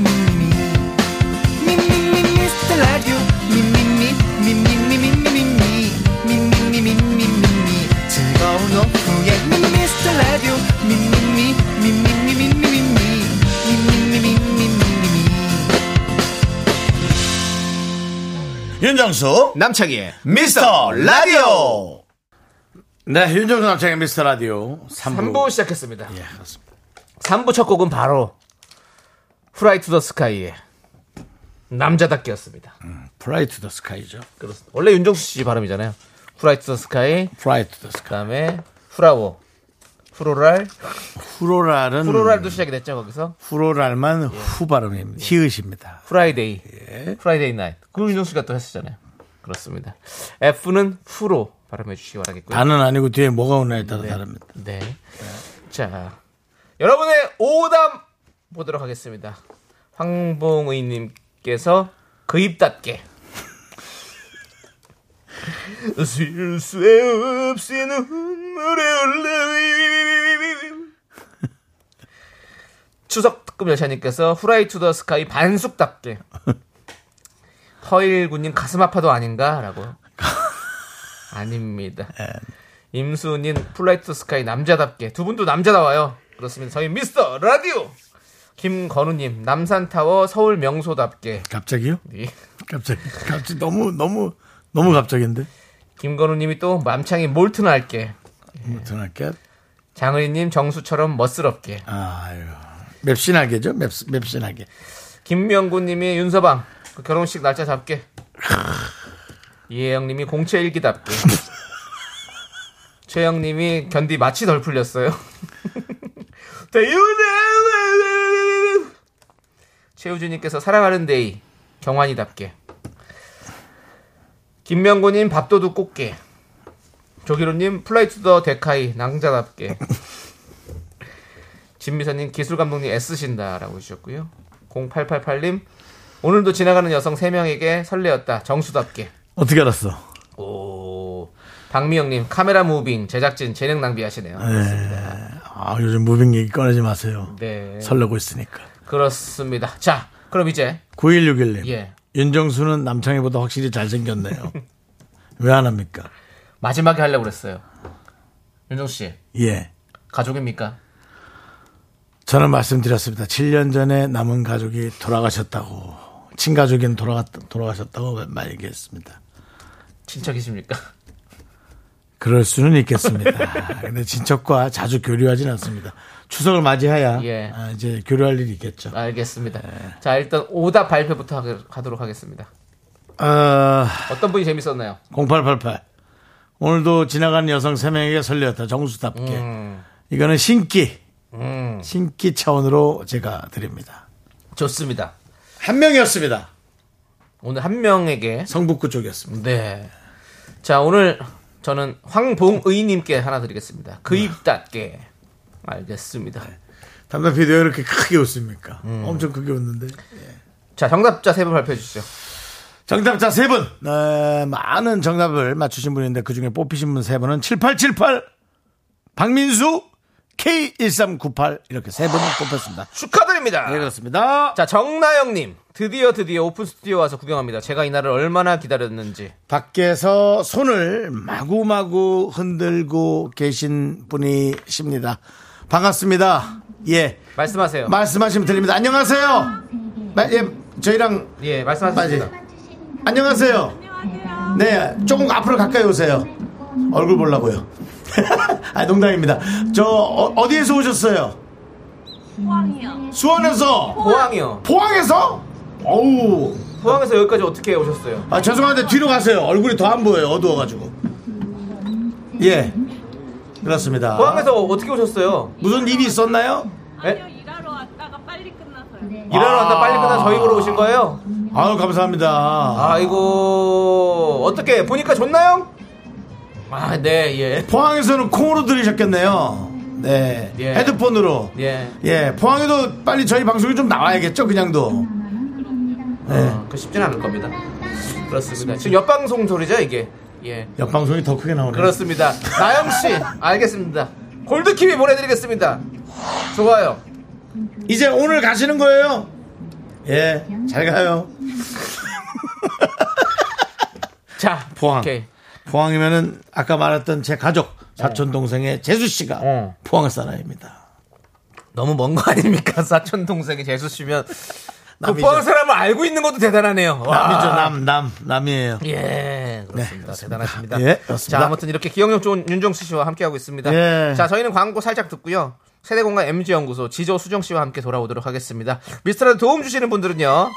윤정수 남창희의 미스터 라디오. 네, 윤정수 남창의 미스터 라디오 3부. 3부 시작했습니다. 예, 그렇습니다. 3부 첫 곡은 바로 후라이 투 더 스카이의 남자답게였습니다. 프라이 투 더 스카이죠. 그렇습니다. 원래 윤정수 씨 발음이잖아요. 후라이 투 더 스카이, 프라이 투 더 스카이. 그 다음에 후라워, 후로랄, 후로랄은 후로랄도 시작이 됐죠, 거기서. 후로랄만 후 발음입니다. 히읗입니다. 후라이데이, 후라이데이 나잇. 그 윤정수 씨가 또 했었잖아요. 그렇습니다. F는 후로 발음해 주시기 바라겠고요. 단은 아니고 뒤에 뭐가 오나에 따라 다릅니다. 네. 자, 여러분의 오답 보도록 하겠습니다. 황봉의님께서 그입답게 [LAUGHS] 쓸수 없이 눈물에 흘러 추석 특급 열차님께서 후라이 투 더 스카이 [LAUGHS] 반숙답게 허일구님 가슴 아파도 [LAUGHS] 아닌가라고 아닙니다. 임수님 플라이트 스카이 남자답게 두 분도 남자다워요. 그렇습니다. 저희 미스터 라디오 김건우님 남산타워 서울 명소답게 네. 갑자기요? 갑자기. [LAUGHS] 갑자기 너무 너무 너무 갑자기인데. 김건우님이 또 맘창이 몰트날게 무튼 할게. 장은희님 정수처럼 멋스럽게 아유. 맵신하게죠? 맵 맵신하게. 김명구님이 윤서방 그 결혼식 날짜 잡게 이혜영님이 공채 일기답게 최영님이 견디 마치 덜 풀렸어요 [LAUGHS] 네, 대윤아! 네, 최우주님께서 사랑하는 데이 경환이답게 김명구님 밥도둑 꽃게 조기로님 플라이트 더 데카이 낭자답게 진미선님 기술 감독님 애쓰신다라고 해주셨고요. 0888님 오늘도 지나가는 여성 3명에게 설레었다 정수답게 어떻게 알았어? 오 박미영님 카메라 무빙 제작진 재능 낭비하시네요. 아, 요즘 무빙 얘기 꺼내지 마세요. 네 설레고 있으니까. 그렇습니다. 자 그럼 이제 9161님. 예. 윤정수는 남창희보다 확실히 잘생겼네요. [LAUGHS] 왜 안 합니까? 마지막에 하려고 그랬어요. 윤정수 씨 예. 가족입니까? 저는 말씀드렸습니다. 7년 전에 남은 가족이 돌아가셨다고. 친가족인 돌아갔, 돌아가셨다고 말 얘기했습니다. 친척이십니까? [LAUGHS] 그럴 수는 [LAUGHS] 있겠습니다. 근데 친척과 자주 교류하진 않습니다. 추석을 맞이해야 예. 아, 이제 교류할 일이 있겠죠. 알겠습니다. 자 일단 오답 발표부터 하- 하도록 하겠습니다. 어, 어떤 분이 재밌었나요? 0888. 음. 오늘도 지나가는 여성 3명에게 설레었다. 정수답게. 이거는 신기. 신기 차원으로 제가 드립니다. 좋습니다. 한 명이었습니다. 오늘 한 명에게 성북구 쪽이었습니다. 네. 자, 오늘 저는 황봉의님께 하나 드리겠습니다. 네. 그입 닫게. 알겠습니다. 담당 피디가 이렇게 크게 웃습니까? 엄청 크게 웃는데. 자, 정답자 세 분 발표해 주시죠. 정답자 세 분. 네, 많은 정답을 맞추신 분인데 그 중에 뽑히신 분 세 분은 7878, 박민수, K1398 이렇게 세 분 뽑혔습니다. 축하드립니다. 네, 그렇습니다. 자, 정나영님. 드디어 드디어 오픈 스튜디오 와서 구경합니다. 제가 이날을 얼마나 기다렸는지. 밖에서 손을 마구마구 흔들고 계신 분이십니다. 반갑습니다. 예. 말씀하세요. 말씀하시면 들립니다. 안녕하세요. 마- 예, 저희랑 예, 맞지? 말씀하세요. 안녕하세요. 네, 조금 앞으로 가까이 오세요. 얼굴 보려고요. [LAUGHS] 아, 농담입니다. 저 어, 디에서 오셨어요? 수원에서 포항이요. 포항에서? 어우. 포항에서 여기까지 어떻게 오셨어요? 아, 죄송한데 뒤로 가세요. 얼굴이 더 안 보여요. 어두워 가지고. 예. 그렇습니다. 포항에서 어떻게 오셨어요? 무슨 일이 있었나요? 예? 일하러 왔다가 빨리 끝나서요. 일하러 왔다 빨리 끝나 저희 보러 오신 거예요? 아유, 감사합니다. 아이고 아, 어떻게 보니까 좋나요? 아 네 예. 포항에서는 콩으로 들으셨겠네요. 네. 예. 헤드폰으로. 예. 예, 포항에도 빨리 저희 방송이 좀 나와야겠죠, 그냥도. 예. 어, 그 쉽진 않을 겁니다. 그렇습니다. 지금 옆방송 소리죠 이게? 예. 옆 방송이 더 크게 나오네요. 그렇습니다. 나영 씨 알겠습니다. 골드키위 보내드리겠습니다. 좋아요. 이제 오늘 가시는 거예요? 예, 잘 가요. 자 포항. 오케이. 포항이면은 아까 말했던 제 가족 사촌 동생의 재수 씨가 네. 어. 포항 사람입니다. 너무 먼 거 아닙니까 사촌 동생이 재수 씨면 그 남이죠. 포항 사람을 알고 있는 것도 대단하네요. 와. 남이죠, 남, 남, 남이에요. 예, 그렇습니다. 대단하십니다. 네, 예, 그렇습니다. 자, 아무튼 이렇게 기억력 좋은 윤정수 씨와 함께하고 있습니다. 예. 자, 저희는 광고 살짝 듣고요. 세대공간 MG연구소 지조 수정 씨와 함께 돌아오도록 하겠습니다. 미스터라도 도움 주시는 분들은요.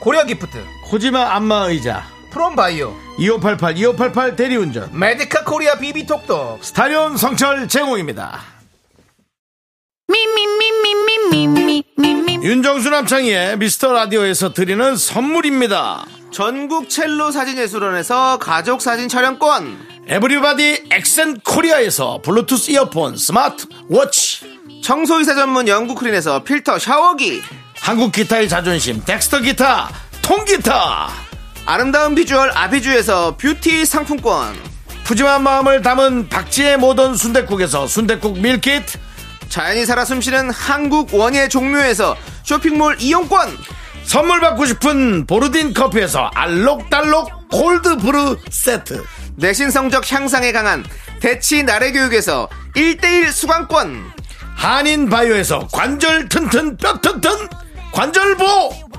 고려 기프트, 코지마 안마 의자, 프롬바이오, 2588, 2588 대리운전, 메디카 코리아 비비톡톡, 스타리온 성철 제공입니다. 윤정수 남창희의 미스터 라디오에서 드리는 선물입니다. 전국 첼로 사진예술원에서 가족 사진 촬영권, 에브리바디 엑센 코리아에서 블루투스 이어폰, 스마트 워치, 청소이사 전문 영국 크린에서 필터 샤워기, 한국 기타의 자존심, 덱스터 기타, 통기타. 아름다운 비주얼 아비주에서 뷰티 상품권, 푸짐한 마음을 담은 박지의 모던 순댓국에서순댓국 밀키트, 자연이 살아 숨쉬는 한국 원예 종묘에서 쇼핑몰 이용권 선물 받고 싶은 보르딘 커피에서 알록달록 골드브루 세트, 내신 성적 향상에 강한 대치 나래교육에서 1대1 수강권 한인 바이오에서 관절 튼튼 뼈 튼튼 관절보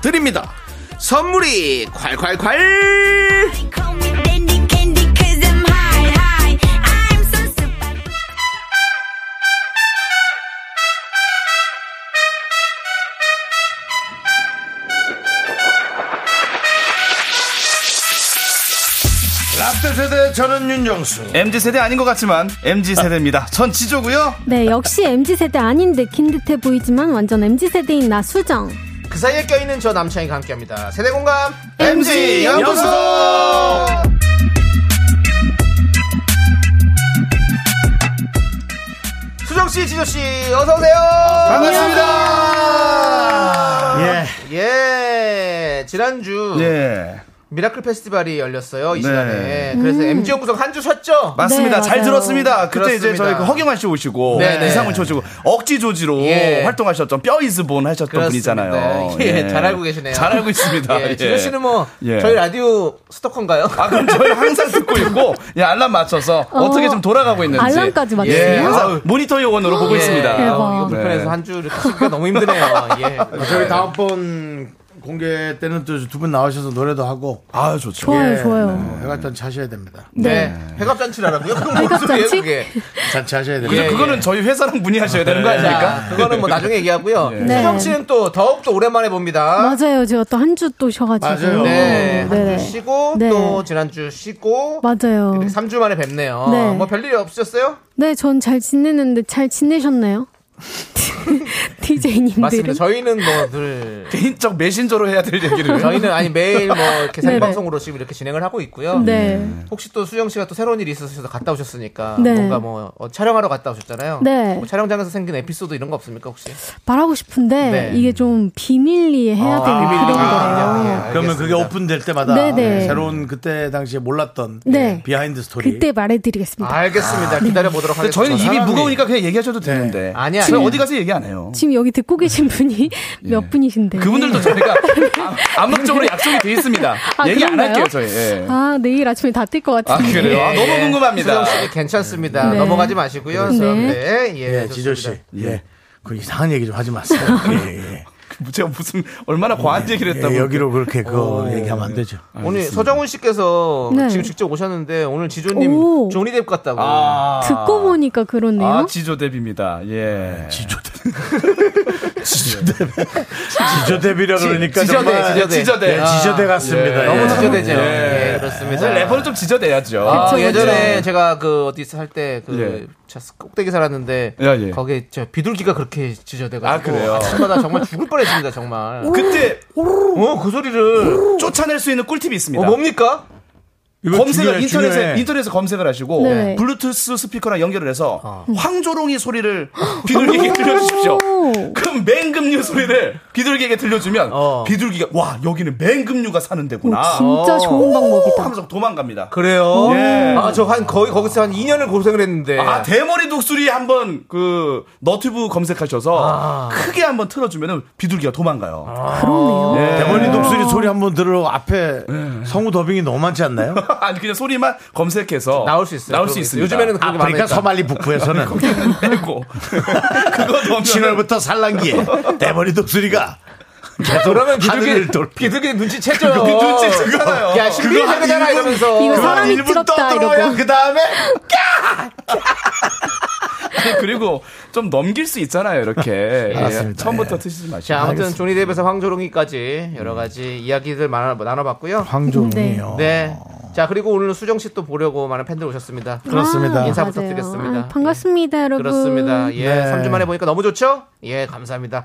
드립니다. 선물이 콸콸콸 랍대 세대 저는 네, 윤정수. MZ 세대 아닌 것 같지만 MZ 세대입니다. 전 지조고요. 네, 역시 MZ세대 아닌 듯긴 듯해 보이지만 완전 MZ세대인 나 수정. 그 사이에 껴있는 저 남창이가 함께합니다 세대공감 MG 연구소. 수정씨 지조씨 어서오세요 반갑습니다 예. 예 지난주 예, 미라클 페스티벌이 열렸어요 이 네. 시간에 그래서 MG 연구성 한 주 쉬었죠 맞습니다. 네, 잘 맞아요. 들었습니다. 그때 이제 그렇습니다. 저희 그 허경환 씨 오시고 네, 네. 이상훈 씨 오시고 억지 조지로 예. 활동하셨던 뼈 이즈본 하셨던 그렇습니다. 분이잖아요. 예, 잘 알고 계시네요. 잘 알고 있습니다. 예, 지조 씨는 뭐 예. 저희 라디오 스토커인가요? 아 그럼 저희 항상 듣고 있고 예, 알람 맞춰서 어, 떻게좀 돌아가고 있는지 알람까지 맞추네요? 예, 항상 모니터 요원으로 예. 보고 있습니다. 예. 대박. 아우, 아, 이거 불편해서 네. 한 주를 키기가 너무 힘드네요. 예. 아, 저희 다음번 공개 때는 또 두 분 나오셔서 노래도 하고 아 좋죠. 어, 좋아요, 예, 좋아요. 네, 해가 일단 차셔야 됩니다. 네. 회갑 [LAUGHS] 잔치라고요? 그건 뭔 회갑 소리예요, 잔치? 그게? 잔치하셔야 됩니다. 그죠? 예, 그거는 예. 저희 회사랑 [LAUGHS] 문의하셔야 되는 거 네. 아닙니까? 예. 자, 그거는 뭐 나중에 얘기하고요. 네. 수정 씨는 또 더욱 또 오랜만에 봅니다. 맞아요. 제가 또 한 주 또 쉬어가지고. 맞아요. 네. 네. 네. 한주 쉬고 네. 또 지난주 쉬고 맞아요. 3주 만에 뵙네요. 네. 뭐 별일 없으셨어요? 네, 전 잘 지내는데 잘 지내셨나요? [LAUGHS] DJ님들은. 맞습니다. 저희는 뭐 늘 개인적 메신저로 해야 될 [LAUGHS] 얘기를. 저희는 아니 매일 뭐 이렇게 네네. 생방송으로 지금 이렇게 진행을 하고 있고요. 네. 혹시 또 수영 씨가 또 새로운 일이 있으셔서 갔다 오셨으니까 네. 뭔가 뭐 어, 촬영하러 갔다 오셨잖아요. 네. 뭐 촬영장에서 생긴 에피소드 이런 거 없습니까 혹시? 말하고 싶은데 네. 이게 좀 아, 비밀리에 해야 되는 그런 거예요. 아, 그러면 그게 오픈될 때마다 예, 네네. 새로운 그때 당시에 몰랐던 예, 네. 비하인드 스토리. 그때 말해드리겠습니다. 알겠습니다. 기다려 보도록 근데 하겠습니다. 저희는 입이 사람이- 무거우니까 그냥 얘기하셔도 되는데. 아니야, 저희 아니야. 어디 가서 얘기 안 해요. 지금 여기 듣고 계신 분이 몇 분이신데. 그분들도 저희가 아, 암- 암묵적으로 약속이 돼 있습니다. 아, 얘기 안 그런가요? 할게요, 저희. 예. 아, 내일 아침에 다 뜰 것 아, 같은데. 그래요? 아, 너무 궁금합니다. 예. 수정 씨 괜찮습니다. 네. 넘어가지 마시고요. 네. 그래서, 네. 예, 예, 지조 씨. 좋습니다. 예. 그 이상한 얘기 좀 하지 마세요. 예, 예. 제가 무슨 얼마나 과한 얘기를 했다고. 예, 여기로 그렇게 그거 얘기하면 안 되죠. 오늘 서정훈 씨께서 네. 지금 직접 오셨는데 오늘 지조님 오. 조니뎁 같다고. 아, 그- 듣고 보니까 그렇네요. 아, 지조 데뷔입니다. 네. 예. [LAUGHS] 지조 데뷔라 그러니까 지저대, 정말 지저대. 지저대. 예, 지저대 같습니다. 예. 예. 너무 지저대죠. 예. 예, 그렇습니다. 사실 래퍼는 좀 지저대야죠. 아, 그쵸, 예전에 제가 그 어디 살때그 예. 꼭대기 살았는데 예, 예. 거기에 저 비둘기가 그렇게 지저대가지고 아, 그래요? 아침마다 정말 죽을 뻔했습니다 정말. 그때 어그 소리를 쫓아낼 수 있는 꿀팁이 있습니다. 어 뭡니까? 이거 검색을 중요해, 인터넷에 중요해. 인터넷에 검색을 하시고 네. 블루투스 스피커랑 연결을 해서 황조롱이 소리를 비둘기에게 들려주십시오. 그럼 맹금류 소리를 비둘기에게 들려주면 어. 비둘기가 와 여기는 맹금류가 사는 데구나. 진짜 좋은 방법이다. 하면서 도망갑니다. 그래요? 예. 아 저 한 거의 거기서 한 2년을 고생을 했는데. 아 대머리 독수리 한번 그 너튜브 검색하셔서 크게 한번 틀어주면은 비둘기가 도망가요. 그러네요. 대머리 독수리 소리 한번 들으러 앞에 성우 더빙이 너무 많지 않나요? 아니 그냥 소리만 검색해서 나올 수 있어요. 나올 수 그러고 있습니다. 요즘에는 그게 아프리카 많으니까. 소말리 북부에서는 빼고 그거 보면 7월부터 산란기에 대머리 독수리가 계속 그러면 하늘을 돌 비둘기 비둘기 눈치 채죠. 어. 그거 눈치 채잖아요. 야 신비하잖아 일본- 이러면서. 이거 그거 사람이 일분 찌럽다, 떠들어야 이러고. 아, 그 다음에 아니, [LAUGHS] 그리고 좀 넘길 수 있잖아요, 이렇게. 예, 알았습니다. 처음부터 트시지 마시고. 자 아무튼 조니 뎁에서 황조롱이까지 여러 가지 이야기들 많아- 나눠봤고요. 황종이요. 네. 자 그리고 오늘 수정 씨 또 보려고 많은 팬들 오셨습니다. 그렇습니다. 인사 맞아요. 부탁드리겠습니다. 아, 반갑습니다, 여러분. 그렇습니다. 예, 네. 3주 만에 보니까 너무 좋죠? 예, [LAUGHS] 감사합니다.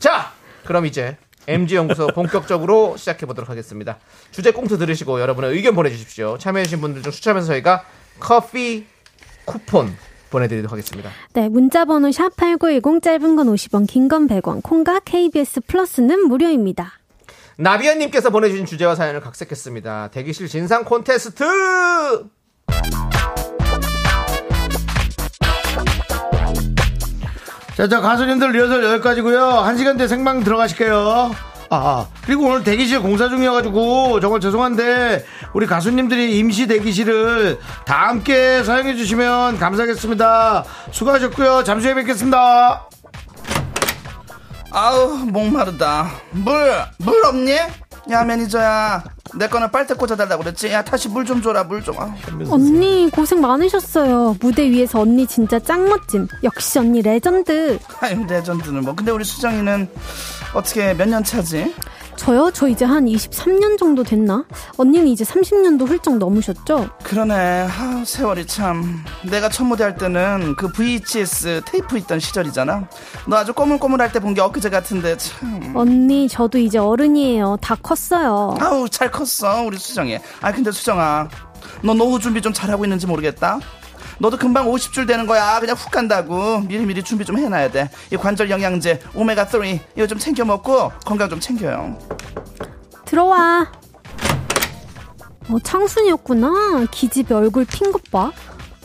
자, 그럼 이제 MG 연구소 본격적으로 시작해 보도록 하겠습니다. 주제 꽁트 들으시고 여러분의 의견 보내주십시오. 참여해주신 분들 중 추첨해서 저희가 커피 쿠폰 보내드리도록 하겠습니다. 네, 문자번호 샵8910 짧은 건 50원, 긴 건 100원, 콩과 KBS 플러스는 무료입니다. 나비언님께서 보내주신 주제와 사연을 각색했습니다. 대기실 진상 콘테스트! 자, 자 가수님들 리허설 여기까지고요. 한 시간 뒤에 생방 들어가실게요. 아, 아, 그리고 오늘 대기실 공사 중이어가지고 정말 죄송한데 우리 가수님들이 임시 대기실을 다 함께 사용해 주시면 감사하겠습니다. 수고하셨고요. 잠시 후에 뵙겠습니다. 아우, 목마르다. 물, 물 없니? 야, 매니저야. 내 거는 빨대 꽂아달라고 그랬지? 야, 다시 물 좀 줘라, 물 좀. 아. 언니 고생 많으셨어요. 무대 위에서 언니 진짜 짱 멋짐. 역시 언니 레전드. 아유, 레전드는 뭐. 근데 우리 수정이는 어떻게 몇 년 차지? 저요? 저 이제 한 23년 정도 됐나? 언니는 이제 30년도 훌쩍 넘으셨죠? 그러네. 아, 세월이 참. 내가 첫 무대할 때는 그 VHS 테이프 있던 시절이잖아. 너 아주 꼬물꼬물할 때 본 게 엊그제 같은데 참. 언니 저도 이제 어른이에요. 다 컸어요. 아우, 잘 컸어, 우리 수정이. 아, 근데 수정아. 너 노후 준비 좀 잘하고 있는지 모르겠다. 너도 금방 50줄 되는 거야. 그냥 훅 간다고. 미리미리 준비 좀 해놔야 돼. 이 관절 영양제, 오메가3. 이거 좀 챙겨 먹고 건강 좀 챙겨요. 들어와. 어, 창순이었구나. 기집애 얼굴 핀 것 봐.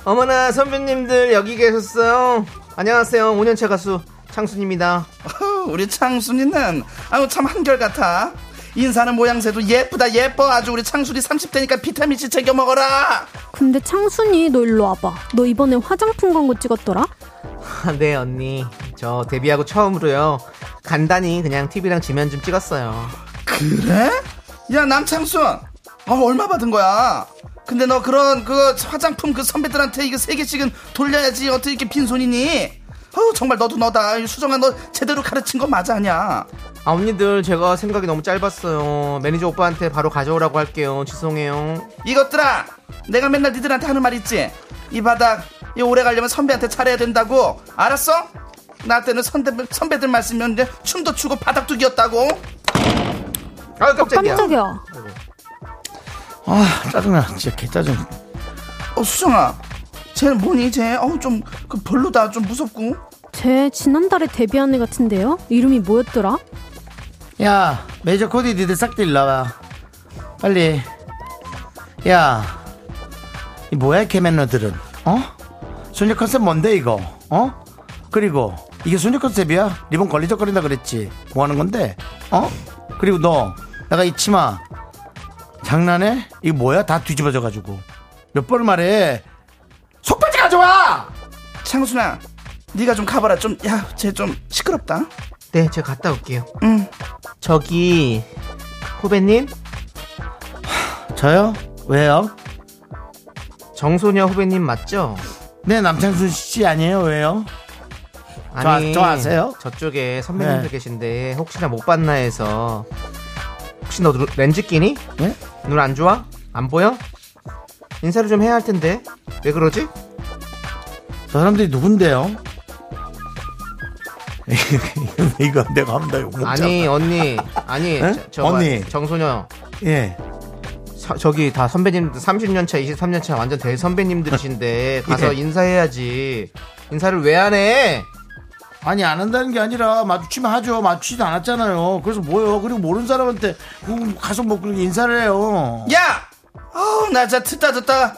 어머나, 선배님들 여기 계셨어요. 안녕하세요. 5년차 가수 창순입니다. 아우, 우리 창순이는 아우 참 한결같아. 인사는 모양새도 예쁘다 예뻐 아주 우리 창순이 30대니까 비타민 C 챙겨 먹어라. 근데 창순이 너 일로 와봐. 너 이번에 화장품 광고 찍었더라? 아, 네 언니 저 데뷔하고 처음으로요 간단히 그냥 TV랑 지면 좀 찍었어요 그래? 야 남창순, 아 얼마 받은 거야? 근데 너 그런 그 화장품 그 선배들한테 이거 세 개씩은 돌려야지 어떻게 이렇게 빈손이니? 어우, 정말 너도 너다. 이 수정아, 너 제대로 가르친 거 맞아, 아니야? 아 언니들 제가 생각이 너무 짧았어요. 매니저 오빠한테 바로 가져오라고 할게요. 죄송해요. 이것들아, 내가 맨날 니들한테 하는 말 있지? 이 바닥, 이 오래 가려면 선배한테 잘해야 된다고. 알았어? 나한테는 선배, 선배들 말씀이면 이제 춤도 추고 바닥두기였다고. 아 깜짝이야. 깜짝이야. 아 짜증나 진짜 개 짜증 어, 수정아. 쟤는 뭐니, 쟤? 어우, 좀, 그 별로다. 좀 무섭고. 쟤 지난달에 데뷔한 애 같은데요? 이름이 뭐였더라? 야 메이저 코디 니들 싹 다 일러와 빨리 야 이 뭐야 개맨너들은 어? 소녀 컨셉 뭔데 이거 어? 그리고 이게 소녀 컨셉이야? 리본 걸리적거린다 그랬지 뭐 하는 건데 어? 그리고 너 내가 이 치마 장난해? 이거 뭐야? 다 뒤집어져가지고 몇 번을 말해 속바지 가져와! 창순아, 네가 좀 가봐라. 좀, 야, 쟤 좀 시끄럽다. 네, 제가 갔다 올게요. 응. 저기 후배님, 저요? 왜요? 정소녀 후배님 맞죠? 네 남창순 씨 아니에요 왜요? 저 아- 저 아세요? 저쪽에 선배님들 네. 계신데 혹시나 못 봤나 해서 혹시 너 누- 렌즈 끼니? 네? 눈 안 좋아? 안 보여? 인사를 좀 해야 할 텐데 왜 그러지? 저 사람들이 누군데요? [LAUGHS] 이거 내가 한다 욕 먹자. 아니 언니 아니 네? 저- 저거 언니. 정소녀 예. 서- 저기 다 선배님들 30년 차, 23년 차 완전 대 선배님들이신데 [LAUGHS] 가서 예. 인사해야지. 인사를 왜 안 해? 아니 안 한다는 게 아니라 마주치면 하죠. 마주치지도 않았잖아요. 그래서 뭐요? 그리고 모르는 사람한테 그- 가서 뭐 그렇게 인사를 해요. 야! 아우, 나 진짜 듣다 듣다.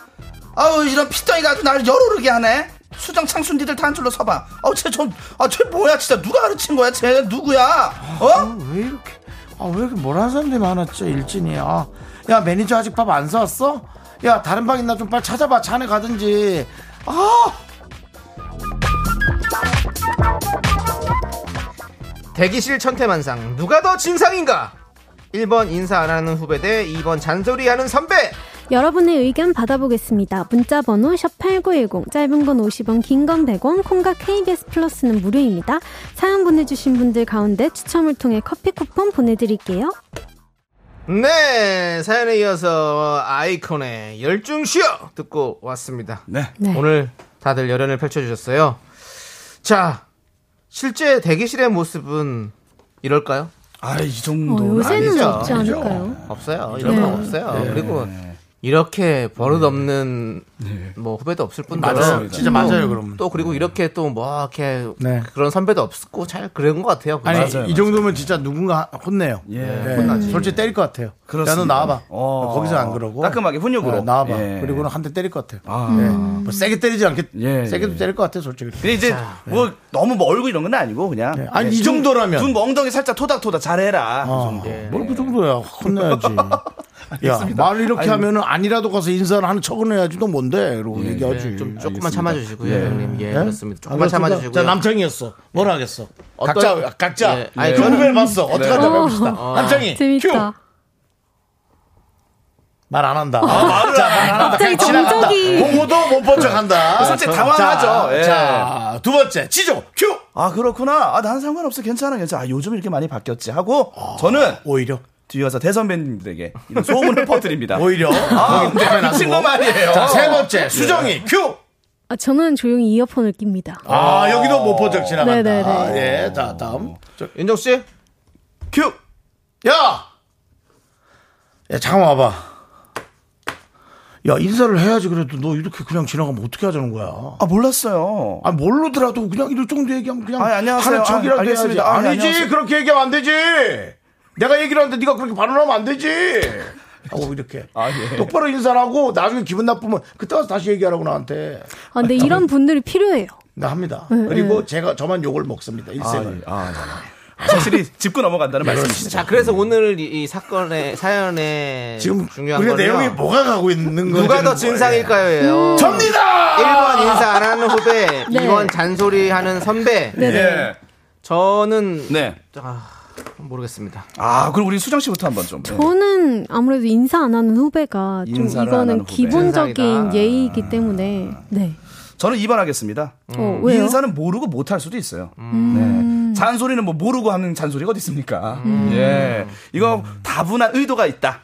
아우, 이런 피덩이가 아주 날 열오르게 하네. 수정 창순 니들 다 한 줄로 서봐. 아우, 쟤 좀, 아, 쟤 뭐야, 진짜. 누가 가르친 거야, 쟤? 누구야? 어? 아, 왜 이렇게 아왜 이렇게 뭐라는 사람들이 많았죠 일진이. 아, 야 매니저 아직 밥 안 사왔어? 야 다른 방 있나 좀 빨리 찾아봐. 차 안에 가든지. 아 대기실 천태만상 누가 더 진상인가? 1번 인사 안 하는 후배 대 2번 잔소리 하는 선배. 여러분의 의견 받아보겠습니다. 문자번호 샵8910, 짧은 건 50원, 긴 건 100원, 콩과 KBS 플러스는 무료입니다. 사연 보내주신 분들 가운데 추첨을 통해 커피 쿠폰 보내드릴게요. 네 사연에 이어서 아이콘의 열중 쉬어 듣고 왔습니다. 네. 네. 오늘 다들 열연을 펼쳐주셨어요. 자 실제 대기실의 모습은 이럴까요? 아, 이 어, 정도. 요새는 아니죠. 없지 않을까요? 네. 없어요. 이런 건 없어요. 그리고 이렇게 버릇없는 뭐 후배도 없을 뿐더러 네. 맞아요. 진짜 맞아요 그럼. 또 그리고 이렇게 또 뭐 이렇게 네. 그런 선배도 없고 잘 그런 것 같아요. 아니 그냥. 이 정도면 진짜 누군가 혼내요. 예. 예. 솔직히 때릴 것 같아요. 야 너 나와봐. 어. 거기서 안 그러고 따끔하게 훈육으로. 예, 나와봐. 예. 그리고는 한 대 때릴 것 같아요. 아. 음. 예. 뭐 세게 때리지 않게 예, 세게도 예. 때릴 것 같아요. 솔직히. 근데 이제 네. 뭐 너무 멀고 이런 건 아니고 그냥. 예. 아니 이 정도라면. 눈 멍덩이 살짝 토닥토닥 잘해라. 아, 예. 뭘그 정도야. [LAUGHS] 혼내야지. 야, 말을 이렇게 하면은 아니라도 가서 인사를 하는 척은 해야지. 너 뭔데? 이러고 얘기하지. 예, 좀 조금만 참아주시고요, 형님. 예, 예? 그렇습니다. 안 조금만 그렇습니까? 참아주시고요. 예. 자, 남창이었어. 뭘 하겠어? 어떤- 각자, 각자. 예. 아니, 아니, 저는- 벨 봤어. 어떡하자, 네. 해봅시다. 남창이. 재밌다. 말 안 한다. 자, 말안 한다. 갑자기 지나간다. 정적이. 보고도 못 본 척한다. 솔직히 당황하죠. 자, 예. 자, 두 번째 지조 큐. 아, 그렇구나. 아, 난 상관없어. 괜찮아, 괜찮아. 아, 요즘 이렇게 많이 바뀌었지 하고 저는 오히려 뒤에서 대선배님들에게 이런 소문을 퍼뜨립니다. 오히려 아, 거기 때문에 미친 놔두고. 거 말이에요. 자, 세 번째 수정이 큐. 아, 저는 조용히 이어폰을 낍니다. 아, 여기도 못 본 척 지나간다. 네네네. 아, 예, 자 다음. 저, 윤정 씨, 큐. 야, 야 잠깐 와봐. 야 인사를 해야지 그래도 너 이렇게 그냥 지나가면 어떻게 하자는 거야? 아, 몰랐어요. 아 모르더라도 그냥 이럴 정도 얘기하면 그냥 아니, 안녕하세요. 하는 척이라도 아, 알겠습니다. 해야지. 아니, 아니지 안녕하세요. 그렇게 얘기하면 안 되지. 내가 얘기를 하는데 네가 그렇게 반응하면 안 되지. 하고 이렇게 아, 예. 똑바로 인사를 하고 나중에 기분 나쁘면 그때 와서 다시 얘기하라고 나한테 아, 근데 이런 분들이 필요해요. 나 합니다. 그리고 제가 저만 욕을 먹습니다 일생을. 아, 네. 확실히 짚고 넘어간다는 말씀이시죠. 자 그래서 오늘 이, 이 사건의 사연의 지금 예. 뭐, 중요한 우리가 거는 내용이 뭐가 가고 있는 예. 건지 누가 더 진상일까요? 접니다. 1번 인사 안 하는 후배, 네. 2번 잔소리 하는 선배. 네네. 저는 예. 네. 아, 모르겠습니다. 아, 그럼 우리 수정 씨부터 한번 좀. 네. 저는 아무래도 인사 안 하는 후배가 좀 인사를 안 하는 이거는 후배. 기본적인 인상이다. 예의이기 때문에 네. 저는 2번 하겠습니다. 어, 왜요? 음. 인사는 모르고 못할 수도 있어요. 네. 잔소리는 뭐 모르고 하는 잔소리가 어디 있습니까? 예. 이거 다분한 의도가 있다.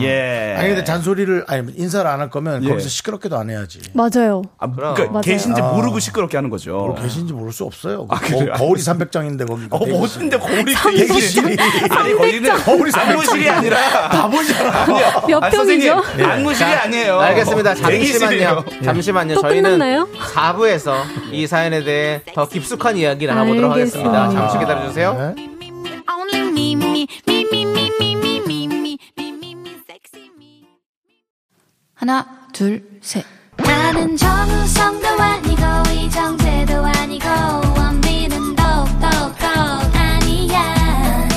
예. 아니 근데 잔소리를 아니 인사를 안 할 거면 예. 거기서 시끄럽게도 안 해야지. 맞아요. 아, 그러니까 맞아요. 계신지 모르고 시끄럽게 하는 거죠. 뭐 계신지 모를 수 없어요. 아, 거, 그래요? 거울이 300장인데 거기. 어, 되게 멋진데 거울이 대기실이 아니, 거기는 거울이 안무실이 아니라. 바보잖아. 아니야. 몇 아니, 선생님, 평이죠? 안무실이 아니에요. 어, 알겠습니다. 대기실이에요. [LAUGHS] 잠시만요. 잠시만요. 또 저희는 끝났나요? 4부에서 이 사연에 대해 더 깊숙한 이야기를 나눠보도록 알겠습니다. 하겠습니다. 잠시 기다려주세요. 네. Only me, me, me, me, me, me, me, me, me, me, me, me, sexy me. 하나, 둘, 셋. 나는 정우성도 아니고 이정재도 아니고 원빈은 더욱더 아니야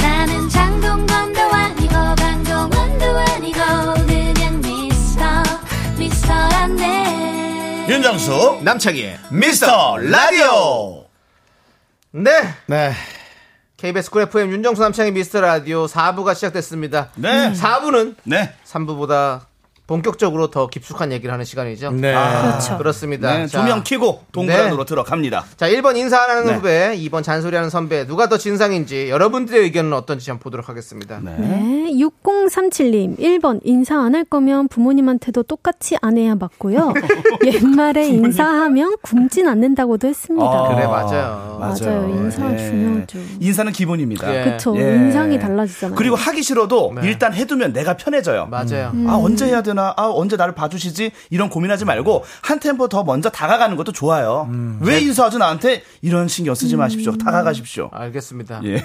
나는 장동건도 아니고 강동원도 아니고 그냥 미스터 미스터란데 윤정수 남창희의 미스터 라디오. 네. 네. KBS 쿨 FM 윤정수 남창희 미스터 라디오 4부가 시작됐습니다. 네. 4부는 네. 3부보다 본격적으로 더 깊숙한 얘기를 하는 시간이죠. 아, 네. 그렇죠. 그렇습니다. 네. 자, 네. 조명 켜고 동그란으로 들어갑니다. 자, 1번 인사하는 네. 후배, 2번 잔소리하는 선배, 누가 더 진상인지 여러분들의 의견은 어떤지 한번 보도록 하겠습니다. 네, 6037님. 1번, 인사 안 할 거면 부모님한테도 똑같이 안 해야 맞고요. 옛말에 인사하면 굶진 않는다고도 했습니다. 아, 아, 그래, 맞아요. 맞아요. 인사가 중요하죠. 네. 인사는 기본입니다. 예. 네. 그쵸. 예. 인상이 달라지잖아요. 그리고 하기 싫어도 일단 해두면 내가 편해져요. 맞아요. 음. 아 언제 해야 되나? 아 언제 나를 봐주시지? 이런 고민하지 말고 한 템포 더 먼저 다가가는 것도 좋아요. 음. 왜 네. 인사하지 나한테 이런 신경 음. 쓰지 마십시오. 다가가십시오. 알겠습니다. 예. [LAUGHS]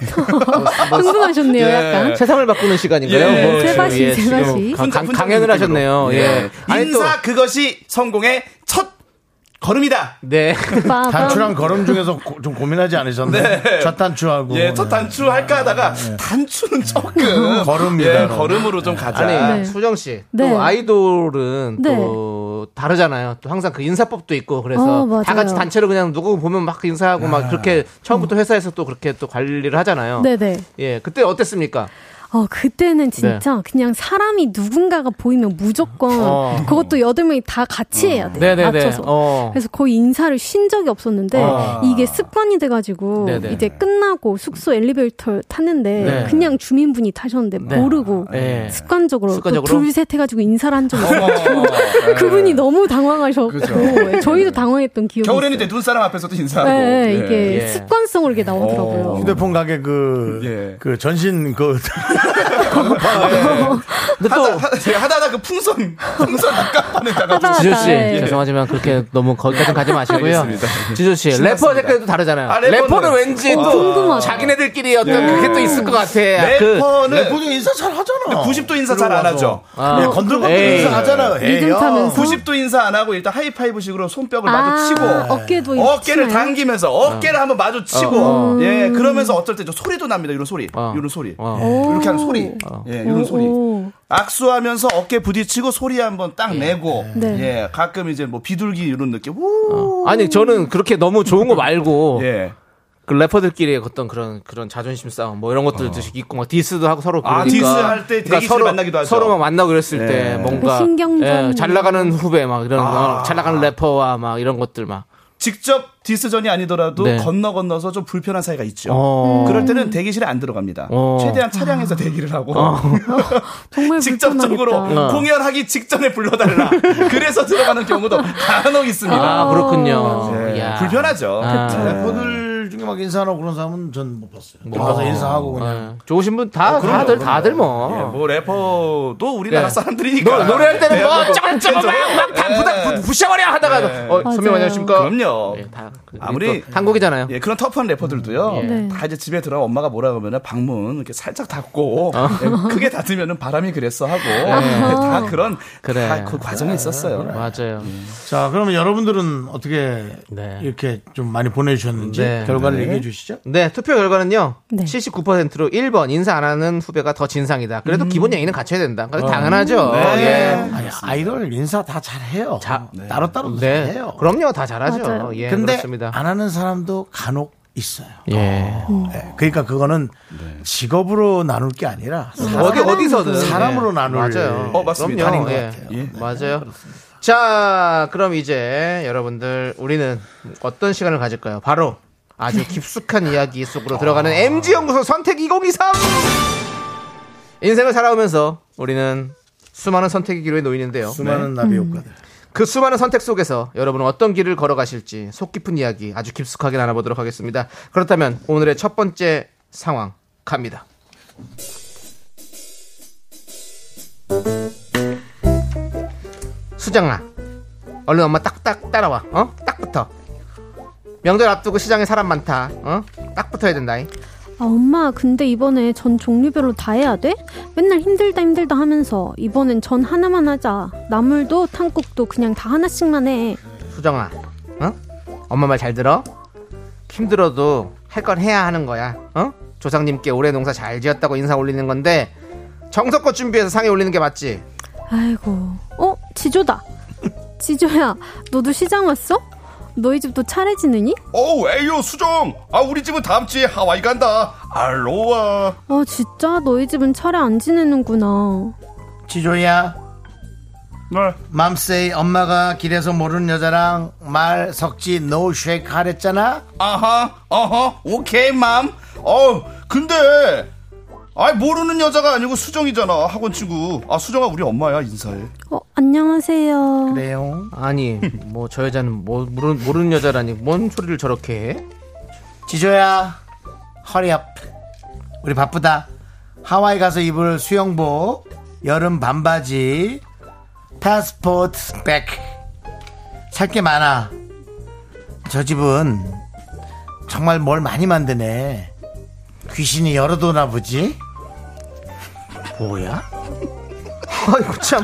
궁금하셨네요, 약간. 세상을 바꾸는 시간인가요? 예. 뭐, 세바시, 예, 지금 세바시. 강- 강- 훈장 강연을 느낌으로. 하셨네요. 예. 아니, 또- 인사 그것이 성공의 첫 걸음이다. 네. [LAUGHS] 빠밤. 단추랑 걸음 중에서 고- 좀 고민하지 않으셨나요? 네. 첫 단추하고. 예, 첫 단추 할까 하다가 단추는 [LAUGHS] 조금 걸음이다. 예, 걸음으로 좀 가자. 아니, 네. 수정 씨. 네. 또 아이돌은 네. 또 다르잖아요. 또 항상 그 인사법도 있고 그래서 어, 맞아요. 다 같이 단체로 그냥 누구 보면 막 인사하고 아. 막 그렇게 처음부터 회사에서 또 그렇게 또 관리를 하잖아요. 네네. 예. 그때 어땠습니까? 어, 네. 그때는 진짜 그냥 사람이 누군가가 보이면 무조건 어. 그것도 여덟 명이 다 같이 해야 돼. 네네네. 맞춰서. 어. 그래서 거의 인사를 쉰 적이 없었는데 아. 이게 습관이 돼가지고 네네. 이제 끝나고 숙소 엘리베이터 탔는데 네. 그냥 주민분이 타셨는데 네. 모르고 예. 습관적으로, 습관적으로? 네. 또 둘셋 해가지고 인사를 한 적이 있었고 어. 그분이 너무 당황하셨고 예, 저희도 당황했던 기억이 [LAUGHS] 겨울에는 있어요. 이제 눈사람 앞에서도 인사하고. 네, 예. 이게 예. 어. 습관성으로 이게 나오더라고요. 휴대폰 가게 그, 예. 그 전신 그, 근데 또 아, 네. 하다, 하- 제가 하다가 그 [LAUGHS] 풍선 풍선 깜빡하는 하다 다가 하다, 지조 씨 예. 죄송하지만 그렇게 너무 거기까지 가지 마시고요. 알겠습니다. 지조 씨 래퍼 댓글도 다르잖아요. 아, 래퍼는- 래퍼는 왠지 어, 또 궁금하다. 자기네들끼리 어떤 예. 그게 또 있을 것 같아. 그 네, 래퍼는 래퍼도 네, 인사 잘 하잖아. 90도 인사 잘안 하죠. 아. 예, 건들건들 에이. 인사 하잖아요. 예. 에이, 리듬 야. 타면서. 90도 인사 안 하고 일단 하이파이브식으로 손뼉을 아, 마주치고 어깨도 이렇게 어깨를 치나요? 당기면서 어깨를 한번 마주치고 예 그러면서 어쩔 때 저 소리도 납니다 이런 소리 어. 이런 소리 어. 예, 이렇게 하는 소리 예 이런 오, 소리 오. 악수하면서 어깨 부딪히고 소리 한번 딱 내고 네. 예 가끔 이제 뭐 비둘기 이런 느낌 우 그, 아니 저는 그렇게 너무 좋은 거 말고 예. 그 래퍼들끼리의 어떤 그런 그런 자존심 싸움 뭐 이런 것들도 있고 막 디스도 하고 서로 어. 아, 그러니까 디스할 때 대기실에 서로 만나기도 하죠. 서로 막 만나고 그랬을 예. 때 뭔가 그 신경전. 예, 잘 나가는 후배 막 이런 아. 거, 잘 나가는 래퍼와 막 이런 것들 막 직접 디스전이 아니더라도 네. 건너 건너서 좀 불편한 사이가 있죠. 어. 그럴 때는 대기실에 안 들어갑니다. 어. 최대한 차량에서 대기를 하고 [LAUGHS] 정말 직접적으로 [LAUGHS] 불편하겠다. 어. 공연하기 직전에 불러달라. 그래서 들어가는 경우도 [LAUGHS] 간혹 있습니다. 아, 그렇군요. 예, 야. 불편하죠. 그쵸. 래퍼들 중에 막 인사하고 그런 사람은 전 못 봤어요. 가서 인사하고 그냥. 예. 좋으신 분 다 다들 다들 뭐 어, 예, 뭐 래퍼도 우리나라 예. 사람들이니까 노, 노래할 때는 뭐 네, 쩌글쩌글 막다 부다 부셔버려 하다가 어, 선배님 맞아요. 안녕하십니까? 그럼요. 예, 다 그- 아무리- 또 한국이잖아요. 예, 그런 터프한 래퍼들도요. 네. 다 이제 집에 들어가 엄마가 뭐라 그러면 방문 이렇게 살짝 닫고 어. 예, 크게 닫으면은 바람이 그랬어 하고 예, 다 그런 네. 그래. 다 그 과정이 있었어요. 맞아요. 예. 자, 그러면 여러분들은 어떻게 네. 이렇게 좀 많이 보내주셨는지 네. 결과를 얘기해 주시죠. 네, 투표 결과는요. 네. 79%로 1번 인사 안 하는 후배가 더 진상이다. 그래도 음. 기본 예의는 갖춰야 된다. 어. 그래 당연하죠. 네. 예. 아니, 아이돌 인사 다 잘해요. 자, 네. 따로따로도 네. 잘해요. 그럼요. 다 잘하죠. 맞아요. 예, 근데 그렇습니다. 안 하는 사람도 간혹 있어요. 예. 네, 그러니까 그거는 직업으로 나눌 게 아니라 사람, 어디 어디서든 사람으로 예. 나눌 맞아요. 어, 맞습니다. 아닌 그럼요. 것 네, 같아요. 예. 맞아요. 자, 그럼 이제 여러분들 우리는 어떤 시간을 가질까요? 바로 [LAUGHS] 아주 깊숙한 이야기 속으로 아. 들어가는 MG 연구소 선택 2023. 인생을 살아오면서 우리는 수많은 선택의 기로에 놓이는데요. 수많은 나비 효과들. 그 수많은 선택 속에서 여러분은 어떤 길을 걸어가실지 속 깊은 이야기 아주 깊숙하게 나눠보도록 하겠습니다. 그렇다면 오늘의 첫 번째 상황 갑니다. 수정아, 얼른 엄마 딱딱 따라와. 어? 딱 붙어. 명절 앞두고 시장에 사람 많다. 어? 딱 붙어야 된다. 잉 아, 엄마, 근데 이번에 전 종류별로 다 해야 돼? 맨날 힘들다 힘들다 하면서 이번엔 전 하나만 하자. 나물도 탕국도 그냥 다 하나씩만 해. 수정아, 어? 엄마 말 잘 들어? 힘들어도 할 건 해야 하는 거야. 어? 조상님께 올해 농사 잘 지었다고 인사 올리는 건데 정석껏 준비해서 상에 올리는 게 맞지. 아이고. 어, 지조다. 지조야, 너도 시장 왔어? 너희 집도 차례 지느니? 어, 에이요, 수정. 아, 우리 집은 다음 주에 하와이 간다. 알로와. 아, 진짜 너희 집은 차례 안 지내는구나. 지조야, 네. 맘세이 엄마가 길에서 모르는 여자랑 말 섞지 노 쉐이크 하랬잖아? 아하, 아하, 오케이, 맘. 어, 근데. 아이, 모르는 여자가 아니고 수정이잖아, 학원 친구. 아, 수정아, 우리 엄마야, 인사해. 어, 안녕하세요. 그래요. 아니, 뭐 저 여자는 뭐 모르, 모르는 여자라니 뭔 소리를 저렇게 해? [LAUGHS] 지조야, 허리 업. 우리 바쁘다. 하와이 가서 입을 수영복, 여름 반바지, 패스포트 백. 살 게 많아. 저 집은 정말 뭘 많이 만드네. 귀신이 열어도나 보지? 뭐야? 아이고 참.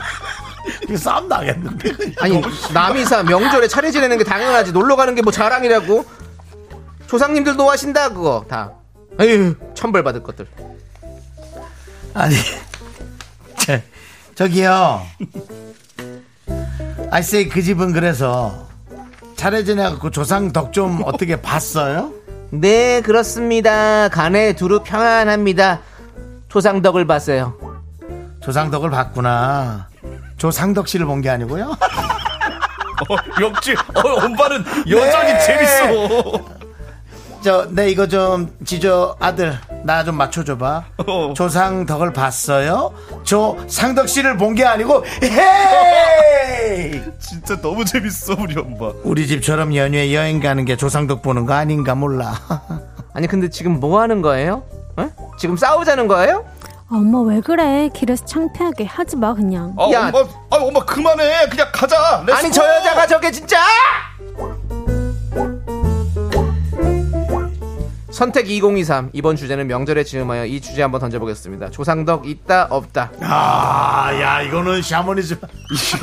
이거 싸움 나겠는데? 그냥. 아니 남이사 명절에 차례 지내는 게 당연하지 놀러 가는 게 뭐 자랑이라고 조상님들도 하신다 그거 다 에휴 천벌 받을 것들 아니, [LAUGHS] 저, 저기요. 아이세이 그 집은 그래서 차례 지내갖고 조상 덕 좀 어떻게 봤어요? 네 그렇습니다 간에 두루 평안합니다 조상덕을 봤어요 조상 덕을 봤구나. 조상덕 씨를 본 게 아니고요. [LAUGHS] 어, 역시, 어, 엄마는 여전히 네. 재밌어. 저, 네, 이거 좀, 지저 아들, 나 좀 맞춰줘봐. 어. 조상덕을 봤어요? 조상덕 씨를 본 게 아니고, 헤이! 진짜 너무 재밌어, 우리 엄마. 우리 집처럼 연휴에 여행 가는 게 조상덕 보는 거 아닌가 몰라. [LAUGHS] 아니 근데 지금 뭐 하는 거예요? 어? 지금 싸우자는 거예요? 아, 엄마 왜 그래? 길에서 창피하게 하지 마 그냥. 아, 야. 엄마, 아, 엄마, 그만해. 그냥 가자. 렛츠 아니 저 고. 여자가 저게 진짜 선택 2023 이번 주제는 명절에 지음하여 이 주제 한번 던져보겠습니다 조상덕 있다 없다 아, 야, 이거는 샤머니즘.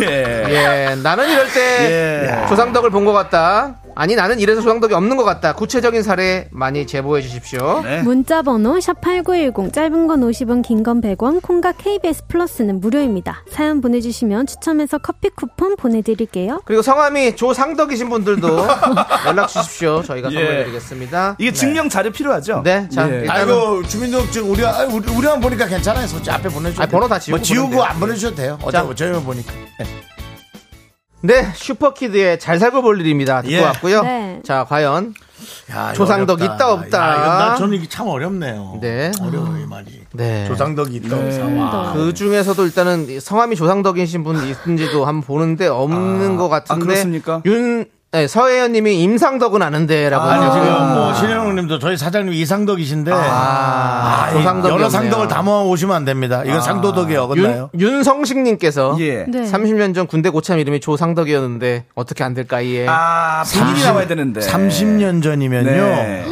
예. 예 나는 이럴 때 조상덕을 본 것 같다 아니 나는 이래서 조상덕이 없는 것 같다 구체적인 사례 많이 제보해 주십시오 예. 네. 문자 번호 샵8910 짧은 건 50원 긴 건 100원 콩과 KBS 플러스는 무료입니다. 사연 보내주시면 추첨해서 커피 쿠폰 보내드릴게요. 그리고 성함이 조상덕이신 분들도 연락 주십시오 저희가 예. 선물 드리겠습니다 이게 증명 네. 자료 필요하죠? 네자 예. 일단은 아이고, 주민등록증, 우리, 아, 우리, 우리만 보니까 괜찮아요. 솔직히 앞에 보내주셔도. 아, 번호 다 뭐 지우고 지우고 보내면 안 보내주셔도 돼요. 어차피 저희만 보니까. 네 슈퍼키드의 잘 살고 볼 일입니다 듣고 예. 왔고요 네. 자 과연 야, 이거 조상덕 어렵다. 있다 없다. 야, 이건 나- 저는 이게 참 어렵네요. 네. 어려워요 이 말이. 네. 조상덕이 있다 없다. 와. 그 중에서도 일단은 이 성함이 조상덕이신 분 있는지도 한번 보는데 없는 것 같은데. 아, 그렇습니까? 윤 네, 서혜연님이 임상덕은 아는데라고 아니 지금. 지금 뭐 신현웅님도 저희 사장님 이상덕이신데 아, 아, 이 조상덕이 여러 없네요. 상덕을 다 모아 오시면 안 됩니다. 이건 상도덕이 어긋나요. 윤, 윤성식님께서 예. 그 네. 30년 전 군대 고참 이름이 조상덕이었는데 어떻게 안 될까 이에. 아, 분위기 나와야 되는데. 30년 전이면요. 네.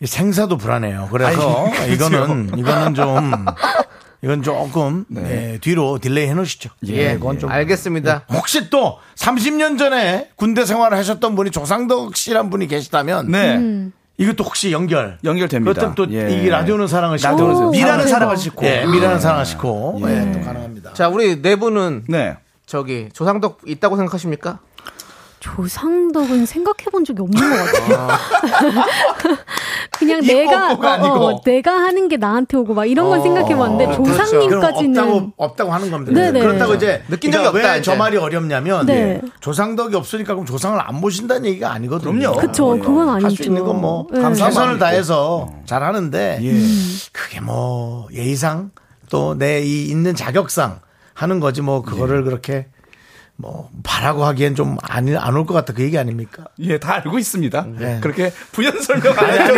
이 생사도 불안해요. 그래서 이거는 이거는 좀 이건 조금 예, 뒤로 딜레이 해놓으시죠. 예, 그건 좀 네. 알겠습니다. 혹시 또 30년 전에 군대 생활을 하셨던 분이 조상덕 씨란 분이 계시다면 네. 음. 이것도 혹시 연결 연결됩니다. 그렇다면 또이 예. 라디오는 사랑을 싣고 라디오는 사랑을 미라는 싣고. 사랑을 싣고 예, 미라는 사랑을 싣고 예. 또 가능합니다. 자, 우리 네 분은 네. 저기 조상덕 있다고 생각하십니까? 조상덕은 생각해본 적이 없는 것 같아요. [LAUGHS] 그냥 내가 뽀뽀가 아. 아니고. 어, 내가 하는 게 나한테 오고 막 이런 건 어, 생각해봤는데 그렇죠. 조상님까지는 그럼 없다고 없다고 하는 겁니다. 네네. 그렇다고 이제 그러니까 느낀 적이 없다, 왜저 이제. 말이 어렵냐면 네. 조상덕이 없으니까 그럼 조상을 안 모신다는 얘기가 아니거든요. 그럼요. 그쵸, 그건 뭐 아니죠. 할수 있는 건뭐 네. 최선을 마음이고. 다해서 예. 잘 하는데 그게 뭐 예의상 또 내 이 있는 자격상 하는 거지 뭐 그거를 그렇게 뭐 바라고 하기엔 좀 안 올 것 같다 그 얘기 아닙니까? 예, 다 알고 있습니다. 네. 그렇게 부연 설명 안 아니, 해도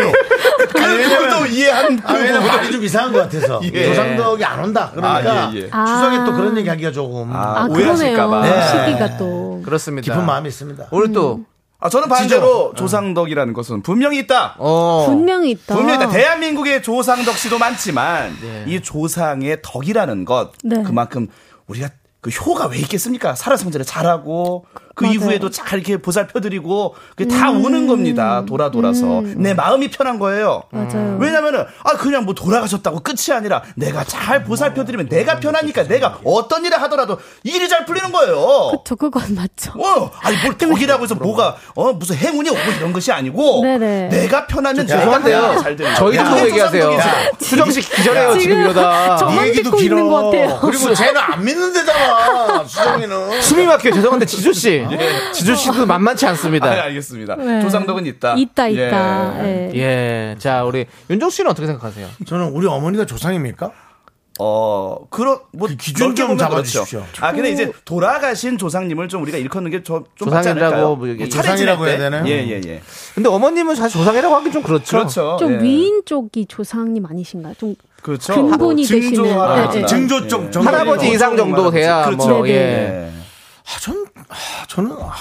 아니. 아니, 왜냐면- 그도 이해한 아, 왜냐면 말이 좀 이상한 것 같아서 예. 조상덕이 안 온다 그러니까 아, 예, 예. 추석에 또 그런 얘기하기가 조금 아, 오해하실까 그러네요. 봐. 네. 시기가 또. 그렇습니다. 깊은 마음이 있습니다. 오늘 또 아, 저는 반대로 조상덕이라는 것은 분명히 있다. 어. 분명히 있다. 분명히 있다. 대한민국의 조상덕 씨도 많지만 이 조상의 덕이라는 것 네. 그만큼 우리가 그 효가 왜 있겠습니까? 살아생전에 잘하고 그 맞아요. 음. 이후에도 잘 이렇게 보살펴드리고 그게 다 오는 겁니다. 돌아 돌아서 내 마음이 편한 거예요. 맞아요. 왜냐면은 아 그냥 뭐 돌아가셨다고 끝이 아니라 내가 잘 보살펴드리면 내가 편하니까 내가 어떤 일을 하더라도 일이 잘 풀리는 거예요. 그쵸, 그건 맞죠. 어, 아니 음. 뭘 덕이라고 해서 뭐가 어 무슨 행운이 오고 이런 것이 아니고 네네. 내가 편하면 저 내가 죄송한데요. 잘 되는 저희 거야. 듣고 그게 얘기하세요. 조상덕이지. 수정씨 기절해요, 지금 [LAUGHS] 이러다. 저만 듣고 있는 것 같아요. 그리고 쟤는 안 믿는 [LAUGHS] 데잖아. 수정이는. 숨이 막혀요. 죄송한데, 지조씨. 지조씨도 만만치 않습니다. 아, 예, 알겠습니다. 네. 조상덕은 있다. 있다, 예. 있다. 예. 예. 자, 우리 윤정 씨는 어떻게 생각하세요? 저는 우리 어머니가 조상입니까? 어, 그런 뭐 그 기준 넓게 좀 보면 잡아주십시오. 그렇죠. 아, 근데 이제 돌아가신 조상님을 좀 우리가 일컫는 게좀 맞지 조상이라고 않을까요? 뭐 이게 차례 조상이라고 지낼 때? 해야 되나요? 예, 예, 예. 근데 어머님은 사실 조상이라고 하긴 좀 그렇죠. 그렇죠. 좀 예. 위인 쪽이 조상님 아니신가요? 좀 그렇죠. 근본이 되시는- 증조하라고 아, 네, 네. 증조 쪽 예. 정도. 할아버지 어, 이상 정도 돼야 그렇죠. 뭐, 예. 네네. 예. 아, 전, 아, 저는, 아,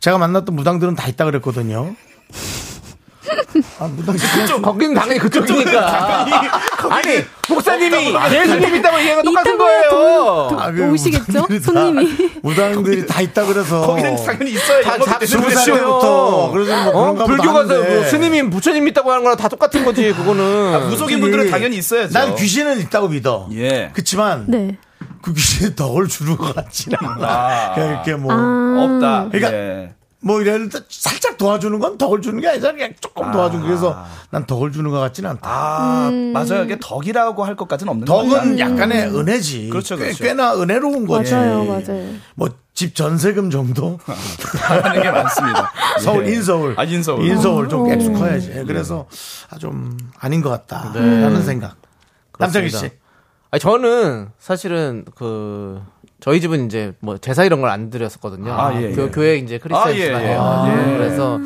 제가 만났던 무당들은 다 있다 그랬거든요. 아, 무당들. 그냥 거긴 당연히 그렇죠. 그쪽이니까. 아니, 목사님이 예수님 있다고 얘기하는 건 똑같은 돈, 거예요. 돈 아, 그 오시겠죠? 무당들이 다- [LAUGHS] 손님이. 무당들이 다 있다 그래서. 거기는 당연히 있어요. 다 영업이 잡수- 되는 스무 살 그렇죠. 때부터. 그래서 뭐 어? 그런가 보다 불교가서 아, 하는데. 뭐 스님이 부처님 믿다고 하는 거랑 다 똑같은 거지, 그거는. 무속인 분들은 당연히 있어야죠. 음. 난 귀신은 있다고 믿어. 예. 그치만, 네. 그 귀신의 덕을 주는 것 같지는 않아. 아. 그냥 이렇게 뭐. 아. 없다. 그러니까 예. 뭐 이래도 살짝 도와주는 건 덕을 주는 게 아니잖아. 그냥 조금 도와준 거. 아. 그래서 난 덕을 주는 것 같지는 않다. 아, 맞아요. 이게 덕이라고 할 것까지는 없는 겁니다. 덕은 약간의 은혜지. 그렇죠, 꽤- 그렇죠. 꽤나 은혜로운 거지. 음. 맞아요, 맞아요. 뭐집 전세금 정도? 음. 하는 게 [LAUGHS] 많습니다. 서울, 예. 인서울. 아, 인서울. 인서울 음. 좀 액수 커야지. 음. 그래서 아, 좀 아닌 것 같다. 네. 라는 생각. 남창희 씨. 아니, 저는 사실은 그 저희 집은 이제 뭐 제사 이런 걸 안 드렸었거든요. 아, 예, 교, 예. 교회 이제 크리스찬 아, 예, 집안이에요. 예. 아, 예. 그래서